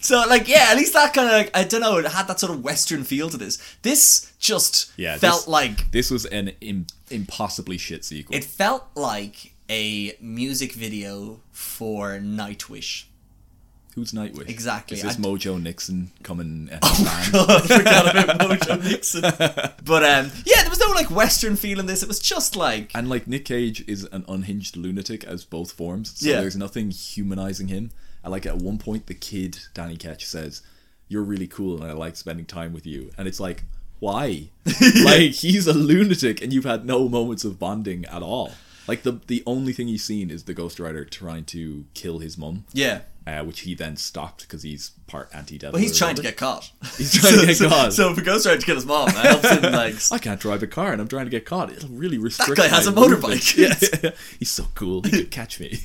[SPEAKER 1] So like yeah, at least that kind of like, I don't know, it had that sort of western feel to this. This just
[SPEAKER 2] Yeah, this-
[SPEAKER 1] felt like
[SPEAKER 2] This was an Im- impossibly shit sequel.
[SPEAKER 1] it felt like a music video for Nightwish. [laughs]
[SPEAKER 2] Who's Nightwish?
[SPEAKER 1] Exactly,
[SPEAKER 2] Is this
[SPEAKER 1] I- Oh
[SPEAKER 2] Mojo Nixon
[SPEAKER 1] [laughs]
[SPEAKER 2] coming? And
[SPEAKER 1] I forgot about Mojo Nixon.
[SPEAKER 2] [laughs]
[SPEAKER 1] But um yeah, there was no like western feel in this. It was just
[SPEAKER 2] [laughs]
[SPEAKER 1] like
[SPEAKER 2] And like Nick Cage is an unhinged lunatic as both forms, so
[SPEAKER 1] Yeah.
[SPEAKER 2] there's nothing humanizing him. And like at one point, the kid Danny Ketch says, "You're really cool, and I like spending time with you." And it's like, why? [laughs]
[SPEAKER 1] [laughs]
[SPEAKER 2] like he's a lunatic, and you've had no moments of bonding at all. Like the the only thing he's seen is the Ghost Rider trying to kill his mum,
[SPEAKER 1] yeah.
[SPEAKER 2] uh, which he then stopped because he's part anti-devil.
[SPEAKER 1] But he's
[SPEAKER 2] or
[SPEAKER 1] trying to
[SPEAKER 2] whatever.
[SPEAKER 1] get caught.
[SPEAKER 2] [laughs] He's trying to
[SPEAKER 1] [laughs]
[SPEAKER 2] get
[SPEAKER 1] so,
[SPEAKER 2] caught.
[SPEAKER 1] So if a ghost rider to kill his mom, that helps him like
[SPEAKER 2] [laughs] I can't drive a car and I'm trying to get caught. It'll really restrict.
[SPEAKER 1] guy has
[SPEAKER 2] my
[SPEAKER 1] a motorbike. [laughs]
[SPEAKER 2] movement. [laughs] Yeah. He's so cool. He could catch me.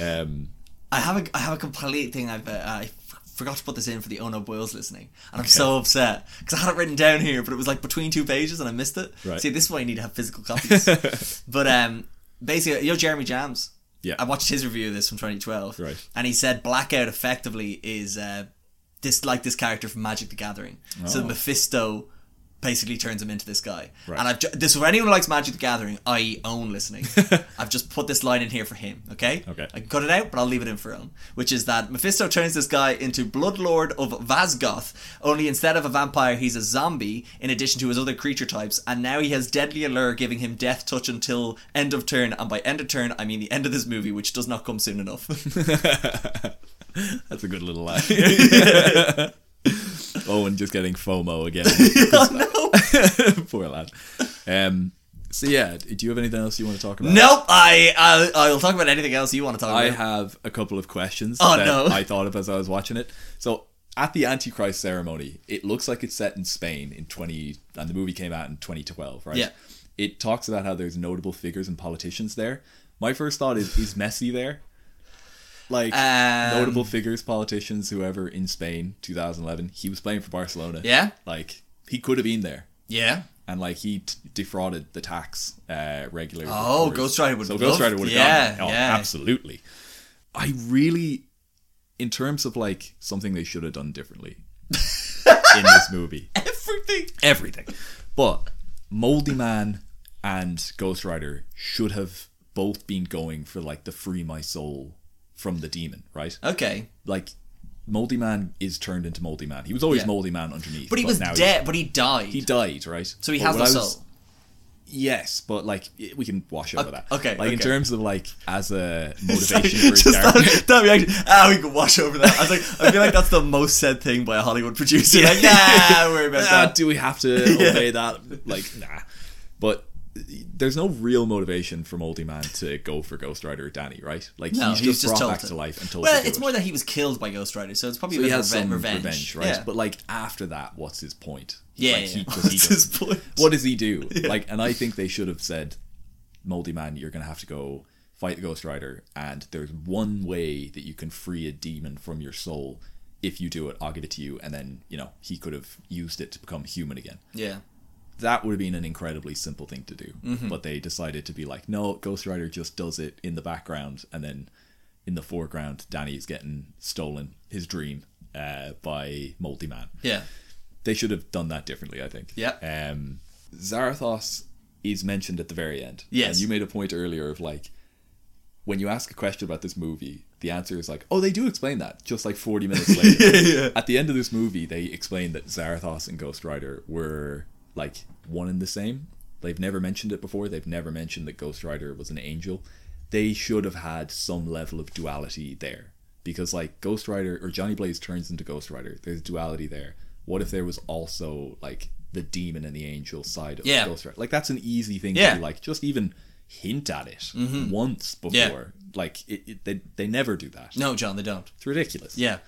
[SPEAKER 2] um,
[SPEAKER 1] I have a I have a complete thing. I've uh, I f- forgot to put this in for the Oh No Boyle's listening, and I'm so upset because I had it written down here, but it was like between two pages, and I missed it.
[SPEAKER 2] Right.
[SPEAKER 1] See, this is why you need to have physical
[SPEAKER 2] [laughs]
[SPEAKER 1] copies. but um, basically, you know Jeremy Jams.
[SPEAKER 2] Yeah.
[SPEAKER 1] I watched his review of this from 2012.
[SPEAKER 2] Right.
[SPEAKER 1] And he said blackout effectively is uh, this like this character from Magic the Gathering. So Mephisto basically turns him into this guy.
[SPEAKER 2] Oh. Right.
[SPEAKER 1] And I've ju- this for anyone who likes Magic the Gathering, I own
[SPEAKER 2] [laughs]
[SPEAKER 1] listening. I've just put this line in here for him. Okay.
[SPEAKER 2] Okay.
[SPEAKER 1] I can cut it out, but I'll leave it in for him. Which is that Mephisto turns this guy into Bloodlord of Vasgoth. Only instead of a vampire, he's a zombie. In addition to his other creature types, and now he has Deadly Allure, giving him Death Touch until end of turn. And by end of turn, I mean the end of this movie, which does not come soon enough. [laughs]
[SPEAKER 2] That's a good little lie. [laughs] Owen just getting FOMO again. no. [laughs] Poor lad. Um, so yeah, do you have anything else you want to talk about?
[SPEAKER 1] nope. I I'll, I'll talk about anything else you want to talk
[SPEAKER 2] I
[SPEAKER 1] about.
[SPEAKER 2] have a couple of questions
[SPEAKER 1] Oh,
[SPEAKER 2] that
[SPEAKER 1] no.
[SPEAKER 2] I thought of as I was watching it. So at the Antichrist ceremony, it looks like it's set in Spain in twenty, and the movie came out in twenty twelve, right?
[SPEAKER 1] Yeah.
[SPEAKER 2] It talks about how there's notable figures and politicians there. My first thought is, is Messi there? Like
[SPEAKER 1] Um,
[SPEAKER 2] notable figures, politicians, whoever in Spain, 2011. He was playing for Barcelona.
[SPEAKER 1] Yeah.
[SPEAKER 2] Like he could have been there
[SPEAKER 1] yeah.
[SPEAKER 2] and like he t- defrauded the tax uh, regularly.
[SPEAKER 1] Oh,
[SPEAKER 2] reporters.
[SPEAKER 1] Ghost Rider would
[SPEAKER 2] So
[SPEAKER 1] have
[SPEAKER 2] Ghost
[SPEAKER 1] loved-
[SPEAKER 2] Rider would have
[SPEAKER 1] yeah,
[SPEAKER 2] gone. Oh,
[SPEAKER 1] yeah.
[SPEAKER 2] absolutely. I really, in terms of like something they should have done differently
[SPEAKER 1] [laughs]
[SPEAKER 2] in this movie,
[SPEAKER 1] Everything.
[SPEAKER 2] everything. But Moldy Man and Ghost Rider should have both been going for like the free my soul from the demon, right?
[SPEAKER 1] Okay.
[SPEAKER 2] Like. Moldy Man is turned into Moldy Man. He was always
[SPEAKER 1] Yeah.
[SPEAKER 2] Moldy Man underneath.
[SPEAKER 1] But he was
[SPEAKER 2] now he's-
[SPEAKER 1] dead. But he died.
[SPEAKER 2] He died, right?
[SPEAKER 1] so he
[SPEAKER 2] But
[SPEAKER 1] has
[SPEAKER 2] what
[SPEAKER 1] no
[SPEAKER 2] I
[SPEAKER 1] soul.
[SPEAKER 2] was- [laughs] Yes, but like i- we can wash over that.
[SPEAKER 1] okay,
[SPEAKER 2] Like in
[SPEAKER 1] okay.
[SPEAKER 2] terms of like
[SPEAKER 1] [laughs]
[SPEAKER 2] as a motivation for
[SPEAKER 1] Just
[SPEAKER 2] Dark.
[SPEAKER 1] that, that reaction. Ah, we can wash over that. I was like, I feel like that's the most said thing by a Hollywood producer. Like, nah, don't worry about
[SPEAKER 2] Ah,
[SPEAKER 1] that.
[SPEAKER 2] do we
[SPEAKER 1] [laughs]
[SPEAKER 2] have to obey that? Like, nah. But there's no real motivation for Moldy Man to go for Ghost Rider or Danny, right? Like
[SPEAKER 1] No,
[SPEAKER 2] he's, just brought back to life and told
[SPEAKER 1] Well,
[SPEAKER 2] to do
[SPEAKER 1] it's
[SPEAKER 2] it.
[SPEAKER 1] more that he was killed by Ghost Rider, so it's probably
[SPEAKER 2] so
[SPEAKER 1] a
[SPEAKER 2] he
[SPEAKER 1] bit
[SPEAKER 2] has
[SPEAKER 1] of reven-
[SPEAKER 2] some
[SPEAKER 1] revenge.
[SPEAKER 2] revenge, right?
[SPEAKER 1] Yeah.
[SPEAKER 2] But like after that, what's his point?
[SPEAKER 1] yeah,
[SPEAKER 2] like,
[SPEAKER 1] yeah. [laughs]
[SPEAKER 2] He, 'cause he
[SPEAKER 1] What's
[SPEAKER 2] doesn't-
[SPEAKER 1] his point?
[SPEAKER 2] what does he do? Like, and I think they should have said, Moldy Man, you're gonna have to go fight the Ghost Rider, and there's one way that you can free a demon from your soul. If you do it, I'll give it to you, and then you know he could have used it to become human again.
[SPEAKER 1] yeah.
[SPEAKER 2] That would have been an incredibly simple thing to do, but they decided to be like, no, Ghost Rider just does it in the background, and then in the foreground, Danny's getting stolen his dream uh, by Moldy Man
[SPEAKER 1] [laughs] Yeah.
[SPEAKER 2] they should have done that differently, I think.
[SPEAKER 1] Yep.
[SPEAKER 2] Um, Zarathos is mentioned at the very end.
[SPEAKER 1] Yes.
[SPEAKER 2] And you made a point earlier of like, when you ask a question about this movie, the answer is like, oh, they do explain that just like 40 minutes
[SPEAKER 1] [laughs]
[SPEAKER 2] later. At the end of this movie, they explain that Zarathos and Ghost Rider were like one and the same. They've never mentioned it before. They've never mentioned that Ghost Rider was an angel. They should have had some level of duality there. Because like Ghost Rider or Johnny Blaze turns into Ghost Rider. There's duality there. What if there was also like the demon and the angel side of
[SPEAKER 1] Yeah.
[SPEAKER 2] Ghost Rider? Like that's an easy thing
[SPEAKER 1] Yeah. Mm-hmm.
[SPEAKER 2] to be like, just even hint at it once before.
[SPEAKER 1] Yeah.
[SPEAKER 2] Like it, it, they they never do that.
[SPEAKER 1] No, John, they don't.
[SPEAKER 2] It's ridiculous.
[SPEAKER 1] Yeah.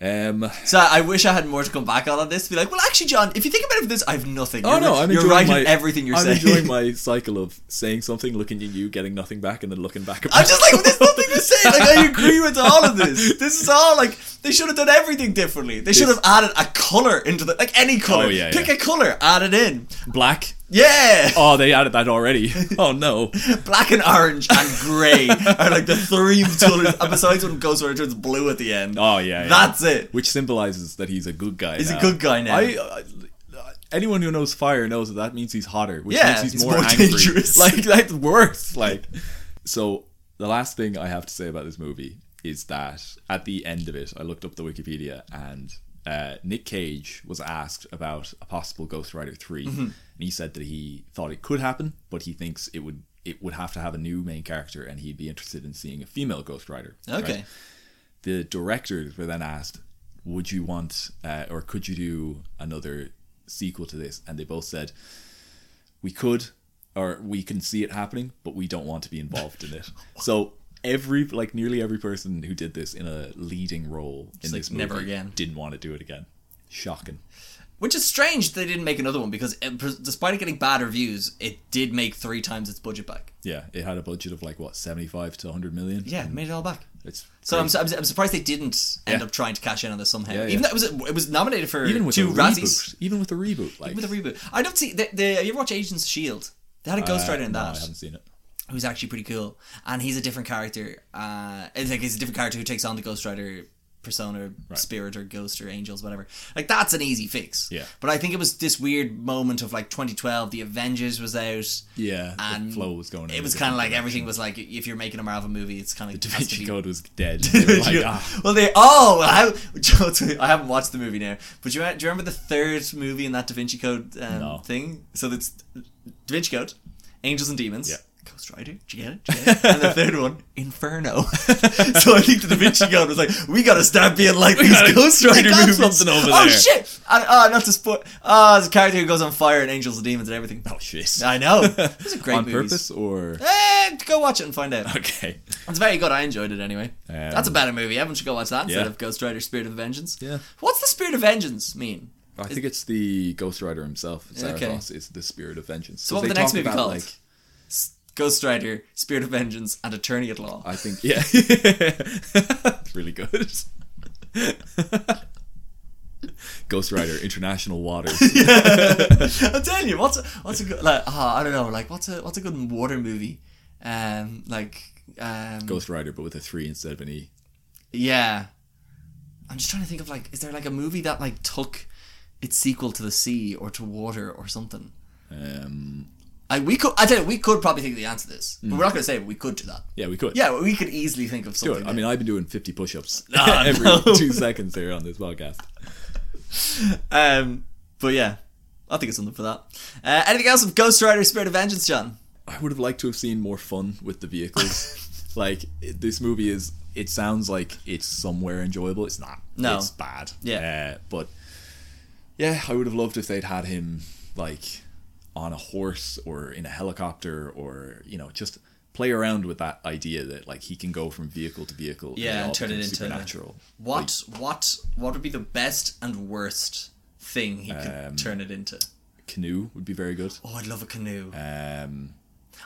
[SPEAKER 2] Um
[SPEAKER 1] So I wish I had more to come back on on this. Be like, well, actually, John, if you think about it, this, I have nothing.
[SPEAKER 2] Oh
[SPEAKER 1] you're,
[SPEAKER 2] no, I'm
[SPEAKER 1] you're
[SPEAKER 2] enjoying
[SPEAKER 1] right
[SPEAKER 2] my,
[SPEAKER 1] in everything you're
[SPEAKER 2] I'm
[SPEAKER 1] saying. [laughs]
[SPEAKER 2] enjoying my cycle of saying something, looking at you, getting nothing back, and then looking back. At
[SPEAKER 1] I'm just like, there's nothing to say. Like,
[SPEAKER 2] [laughs]
[SPEAKER 1] I agree with all of this. This is all like they should have done everything differently. They should
[SPEAKER 2] This-
[SPEAKER 1] have added a color into the like any color.
[SPEAKER 2] Oh, yeah,
[SPEAKER 1] Pick
[SPEAKER 2] yeah.
[SPEAKER 1] a color, add it in.
[SPEAKER 2] black.
[SPEAKER 1] Yeah,
[SPEAKER 2] Oh, they added that already. [laughs] Oh no.
[SPEAKER 1] [laughs] black and orange and grey are like the three colors. And besides, when Ghost Rider turns blue at the end,
[SPEAKER 2] Oh yeah. yeah.
[SPEAKER 1] that's it.
[SPEAKER 2] which symbolizes that he's a good guy.
[SPEAKER 1] He's a
[SPEAKER 2] now.
[SPEAKER 1] good guy now.
[SPEAKER 2] I. Uh, Anyone who knows fire knows that that means he's hotter, which
[SPEAKER 1] Yeah,
[SPEAKER 2] means he's,
[SPEAKER 1] he's
[SPEAKER 2] more,
[SPEAKER 1] more
[SPEAKER 2] angry.
[SPEAKER 1] dangerous.
[SPEAKER 2] Like that's worse. Like, so the last thing I have to say about this movie is that at the end of it, I looked up the Wikipedia and uh, Nick Cage was asked about a possible Ghost Rider 3 and he said that he thought it could happen, but he thinks it would it would have to have a new main character, and he'd be interested in seeing a female Ghost Rider. right?
[SPEAKER 1] [laughs] Okay.
[SPEAKER 2] the directors were then asked, "Would you want uh, or could you do another sequel to this?" And they both said, "We could, or we can see it happening, but we don't want to be involved
[SPEAKER 1] [laughs]
[SPEAKER 2] in it." So every like nearly every person who did this in a leading role in
[SPEAKER 1] like,
[SPEAKER 2] this movie
[SPEAKER 1] never again.
[SPEAKER 2] didn't want to do it again. Shocking.
[SPEAKER 1] Which is strange they didn't make another one because, uh, pres- despite it getting bad reviews, it did make three times its budget back.
[SPEAKER 2] Yeah, it had a budget of like what seventy five to hundred million.
[SPEAKER 1] Yeah, it made it all back.
[SPEAKER 2] it's
[SPEAKER 1] So
[SPEAKER 2] great.
[SPEAKER 1] I'm, su- I'm, su- I'm surprised they didn't end
[SPEAKER 2] Yeah.
[SPEAKER 1] up trying to cash in on this somehow.
[SPEAKER 2] Yeah, yeah.
[SPEAKER 1] Even though it was it was nominated for
[SPEAKER 2] even with
[SPEAKER 1] two
[SPEAKER 2] a
[SPEAKER 1] Razzies.
[SPEAKER 2] reboot, even with a reboot, like
[SPEAKER 1] Even with a reboot, I don't see. The, the, you ever watch Agents of Shield? E They had a Ghost
[SPEAKER 2] uh,
[SPEAKER 1] Rider in
[SPEAKER 2] no,
[SPEAKER 1] that,
[SPEAKER 2] I haven't seen it.
[SPEAKER 1] who's actually pretty cool, and he's a different character. Uh, it's like he's a different character who takes on the Ghost Rider persona or spirit or ghost or angels whatever like that's an easy fix
[SPEAKER 2] Yeah.
[SPEAKER 1] but i think it was this weird moment of like 2012 the avengers was out
[SPEAKER 2] Yeah,
[SPEAKER 1] And
[SPEAKER 2] the flow was going. in
[SPEAKER 1] it
[SPEAKER 2] a
[SPEAKER 1] was
[SPEAKER 2] different
[SPEAKER 1] kind of like
[SPEAKER 2] direction.
[SPEAKER 1] everything was like if you're making a marvel movie it's kind of
[SPEAKER 2] Da Vinci Code
[SPEAKER 1] [laughs]
[SPEAKER 2] was dead. They were like, ah,
[SPEAKER 1] well, they oh, [laughs] I, I haven't watched the movie now, but do you, do you remember the third movie in that Da Vinci Code um,
[SPEAKER 2] No.
[SPEAKER 1] thing? So that's Da Vinci Code, Angels and Demons.
[SPEAKER 2] Yeah.
[SPEAKER 1] Ghost Rider, do you get it? Do you get it? and the third one, Inferno. [laughs] so I think the Da Vinci Code was like, we gotta start being like these
[SPEAKER 2] gotta-
[SPEAKER 1] Ghost
[SPEAKER 2] [laughs] we
[SPEAKER 1] Rider
[SPEAKER 2] got
[SPEAKER 1] movies.
[SPEAKER 2] something over
[SPEAKER 1] oh
[SPEAKER 2] there.
[SPEAKER 1] shit! And, oh, not to spoil. Oh, the character who goes on fire in Angels and Demons and everything.
[SPEAKER 2] oh shit.
[SPEAKER 1] I
[SPEAKER 2] [laughs]
[SPEAKER 1] know. Those are great
[SPEAKER 2] On
[SPEAKER 1] movies. [laughs]
[SPEAKER 2] purpose or
[SPEAKER 1] Eh, go watch it and find out.
[SPEAKER 2] okay?
[SPEAKER 1] It's very good. I enjoyed it anyway. That's a better movie. Everyone should go watch that instead
[SPEAKER 2] Um, yeah.
[SPEAKER 1] of Ghost Rider: Spirit of Vengeance.
[SPEAKER 2] Yeah.
[SPEAKER 1] What's the Spirit of Vengeance mean?
[SPEAKER 2] I think it's the Ghost Rider himself.
[SPEAKER 1] Okay.
[SPEAKER 2] Zarathos is the spirit of vengeance.
[SPEAKER 1] So what
[SPEAKER 2] they
[SPEAKER 1] would the next
[SPEAKER 2] talk
[SPEAKER 1] movie
[SPEAKER 2] about,
[SPEAKER 1] called?
[SPEAKER 2] Like,
[SPEAKER 1] Ghost Rider: Spirit of Vengeance and Attorney at [laughs] Law.
[SPEAKER 2] I think [laughs] yeah, it's really good. [laughs] Ghost Rider
[SPEAKER 1] [laughs]
[SPEAKER 2] International Waters.
[SPEAKER 1] I'm telling you, what's a, what's a good like? ah, I don't know. Like, what's a what's a good water movie? Um, like, um,
[SPEAKER 2] Ghost Rider, but with a three instead of an e.
[SPEAKER 1] yeah. I'm just trying to think of like, is there like a movie that like took its sequel to the sea or to water or something?
[SPEAKER 2] Um,
[SPEAKER 1] I we could I tell you, we could probably think of the answer to this, but we're not going to say it, we could do that.
[SPEAKER 2] yeah, we could.
[SPEAKER 1] Yeah, we could easily think of
[SPEAKER 2] do
[SPEAKER 1] something.
[SPEAKER 2] it. I mean, I've been doing fifty push-ups
[SPEAKER 1] Ah,
[SPEAKER 2] [laughs] every
[SPEAKER 1] no.
[SPEAKER 2] two seconds here on this podcast.
[SPEAKER 1] Um, but yeah, I think it's something for that. Uh, anything else of Ghost Rider: Spirit of Vengeance, John?
[SPEAKER 2] I would have liked to have seen more fun with
[SPEAKER 1] [laughs]
[SPEAKER 2] the vehicles. like it- this movie is, it sounds like it's somewhere enjoyable. It's not.
[SPEAKER 1] No.
[SPEAKER 2] it's bad.
[SPEAKER 1] Yeah.
[SPEAKER 2] Uh, but yeah, I would have loved if they'd had him like on a horse or in a helicopter or you know just play around with that idea that like he can go from vehicle to vehicle.
[SPEAKER 1] Yeah,
[SPEAKER 2] they
[SPEAKER 1] and
[SPEAKER 2] all
[SPEAKER 1] turn it
[SPEAKER 2] become
[SPEAKER 1] into-
[SPEAKER 2] supernatural.
[SPEAKER 1] What what what would be the best and worst thing he could
[SPEAKER 2] Um,
[SPEAKER 1] turn it into?
[SPEAKER 2] Canoe would be very good.
[SPEAKER 1] Oh, I'd love a canoe.
[SPEAKER 2] Um,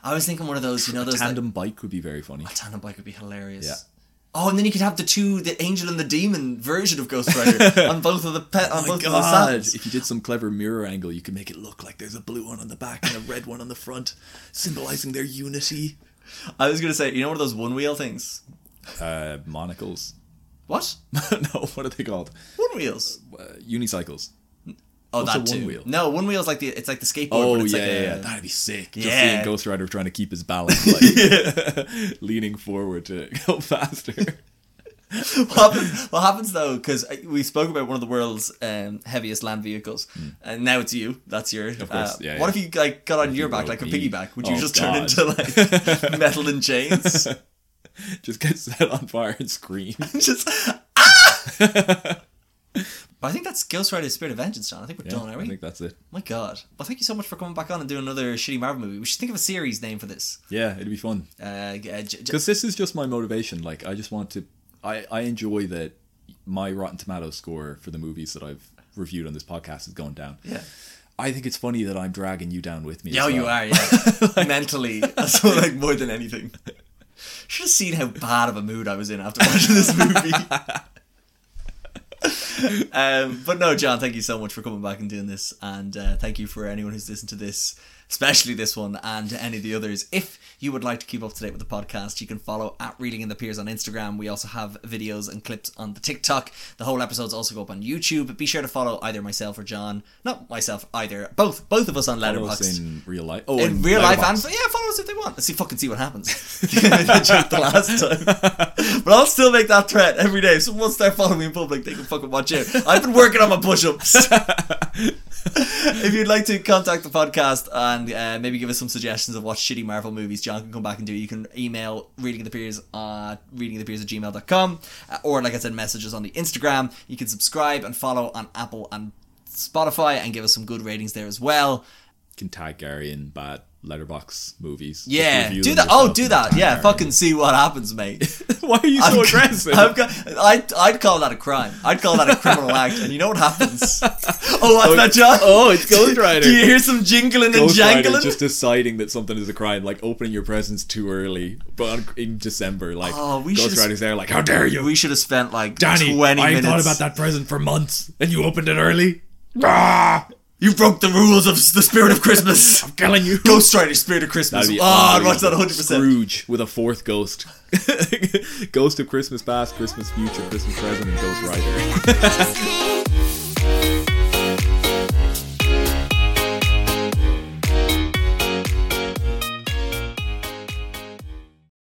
[SPEAKER 1] I was thinking one of those, you know, those like-
[SPEAKER 2] tandem bike would be very funny.
[SPEAKER 1] a tandem bike would be hilarious.
[SPEAKER 2] Yeah.
[SPEAKER 1] Oh, and then you could have the two, the angel and the demon version of Ghost
[SPEAKER 2] [laughs]
[SPEAKER 1] Rider on both of the pe- on both of the sides.
[SPEAKER 2] If you did some clever mirror angle, you could make it look like there's a blue one on the back [laughs] and a red one on the front, symbolizing their unity.
[SPEAKER 1] I was gonna say, you know, one of those one wheel things.
[SPEAKER 2] Uh, monocles. [laughs]
[SPEAKER 1] What
[SPEAKER 2] no, what are they called?
[SPEAKER 1] one wheels?
[SPEAKER 2] Uh, unicycles.
[SPEAKER 1] Oh,
[SPEAKER 2] What's a
[SPEAKER 1] that too.
[SPEAKER 2] one wheel?
[SPEAKER 1] No, one wheel's like the it's like the skateboard.
[SPEAKER 2] Oh,
[SPEAKER 1] but it's
[SPEAKER 2] yeah,
[SPEAKER 1] like
[SPEAKER 2] yeah,
[SPEAKER 1] a,
[SPEAKER 2] yeah, that'd be sick. Just
[SPEAKER 1] Yeah.
[SPEAKER 2] seeing Ghost Rider trying to keep his
[SPEAKER 1] [laughs]
[SPEAKER 2] balance, like [laughs] leaning forward to [laughs] go faster.
[SPEAKER 1] [laughs]
[SPEAKER 2] [laughs]
[SPEAKER 1] what happens, what happens though, because we spoke about one of the world's um, heaviest land vehicles, and now it's you. That's your. Of
[SPEAKER 2] Hmm. course, yeah,
[SPEAKER 1] What
[SPEAKER 2] yeah.
[SPEAKER 1] if you like got on your
[SPEAKER 2] you
[SPEAKER 1] back
[SPEAKER 2] rode
[SPEAKER 1] like a
[SPEAKER 2] me.
[SPEAKER 1] piggyback? Would you
[SPEAKER 2] Oh,
[SPEAKER 1] just
[SPEAKER 2] God.
[SPEAKER 1] turn into
[SPEAKER 2] [laughs]
[SPEAKER 1] like metal and chains? [laughs]
[SPEAKER 2] Just gets set on fire and scream.
[SPEAKER 1] just ah! but I think that's Ghost Rider: Spirit of Vengeance, John. I think we're done, are
[SPEAKER 2] I
[SPEAKER 1] we?
[SPEAKER 2] think that's it.
[SPEAKER 1] My God. Well, thank you so much for coming back on and doing another shitty Marvel movie. We should think of a series name for this.
[SPEAKER 2] Yeah, it'd be fun.
[SPEAKER 1] Uh, g- uh, j- j-
[SPEAKER 2] because this is just my motivation like i just want to i i enjoy that my rotten tomatoes score for the movies that i've reviewed on this podcast is going down
[SPEAKER 1] yeah.
[SPEAKER 2] i think it's funny that i'm dragging you down with me
[SPEAKER 1] Yeah,
[SPEAKER 2] as
[SPEAKER 1] you
[SPEAKER 2] well.
[SPEAKER 1] are,
[SPEAKER 2] [laughs]
[SPEAKER 1] yeah. Mentally, that's what, like more than anything. Should have seen how bad of a mood I was in after watching this
[SPEAKER 2] [laughs]
[SPEAKER 1] movie. um, but no, John, thank you so much for coming back and doing this, and uh, thank you for anyone who's listened to this, especially this one and any of the others. If you would like to keep up to date with the podcast, you can follow at Reeling in the Piers on Instagram. We also have videos and clips on the TikTok. The whole episodes also go up on YouTube. Be sure to follow either myself or John, not myself either. Both both of us on
[SPEAKER 2] Follow us
[SPEAKER 1] Letterboxd
[SPEAKER 2] in real life oh
[SPEAKER 1] in
[SPEAKER 2] and
[SPEAKER 1] real life and
[SPEAKER 2] Letterboxd.
[SPEAKER 1] yeah, follow us if they want. Let's see fucking see what happens. [laughs] They joked the last
[SPEAKER 2] [laughs]
[SPEAKER 1] time, but I'll still make that threat every day. If someone starts following me in public, they can fucking watch out. I've been working on my
[SPEAKER 2] [laughs]
[SPEAKER 1] push-ups. if you'd like to contact the podcast and uh, maybe give us some suggestions of what shitty Marvel movies John can come back and do, you can email reading the peers at reading the peers at gmail.com uh, or, like I said, messages on the Instagram. You can subscribe and follow on Apple and Spotify and give us some good ratings there as well.
[SPEAKER 2] can tag gary in bad letterbox movies Just
[SPEAKER 1] Yeah,
[SPEAKER 2] review
[SPEAKER 1] do that.
[SPEAKER 2] them
[SPEAKER 1] Oh,
[SPEAKER 2] yourself
[SPEAKER 1] do
[SPEAKER 2] and then
[SPEAKER 1] that.
[SPEAKER 2] tag
[SPEAKER 1] Yeah,
[SPEAKER 2] Gary.
[SPEAKER 1] fucking see what happens, mate.
[SPEAKER 2] [laughs] why are you so
[SPEAKER 1] I've got- [laughs]
[SPEAKER 2] aggressive
[SPEAKER 1] I've
[SPEAKER 2] [laughs]
[SPEAKER 1] got, I'd, I'd call that a crime. I'd call that a criminal act. And you know what
[SPEAKER 2] [laughs]
[SPEAKER 1] happens? Oh, what's that, John? [laughs]
[SPEAKER 2] oh it's ghost rider
[SPEAKER 1] Do you hear some jingling and
[SPEAKER 2] Ghost Rider
[SPEAKER 1] jangling?
[SPEAKER 2] just deciding that something is a crime, like opening your presents too early, but on, in December, like
[SPEAKER 1] Oh, we
[SPEAKER 2] Ghost
[SPEAKER 1] should've-
[SPEAKER 2] Rider's there, like how dare
[SPEAKER 1] [laughs]
[SPEAKER 2] you,
[SPEAKER 1] We should have spent like
[SPEAKER 2] Danny?
[SPEAKER 1] 20
[SPEAKER 2] I
[SPEAKER 1] minutes. [laughs]
[SPEAKER 2] thought about that present for months, and you opened it early. Ah!
[SPEAKER 1] You broke the rules of the spirit of
[SPEAKER 2] [laughs]
[SPEAKER 1] Christmas. I'm
[SPEAKER 2] telling you.
[SPEAKER 1] Ghost Rider, spirit of Christmas.
[SPEAKER 2] That'd be
[SPEAKER 1] Ah, I'd
[SPEAKER 2] unbelievable.
[SPEAKER 1] watch that 100%.
[SPEAKER 2] Scrooge with a fourth ghost. [laughs] ghost of Christmas past, Christmas future, Christmas present, and Ghost Rider.
[SPEAKER 7] Christmas.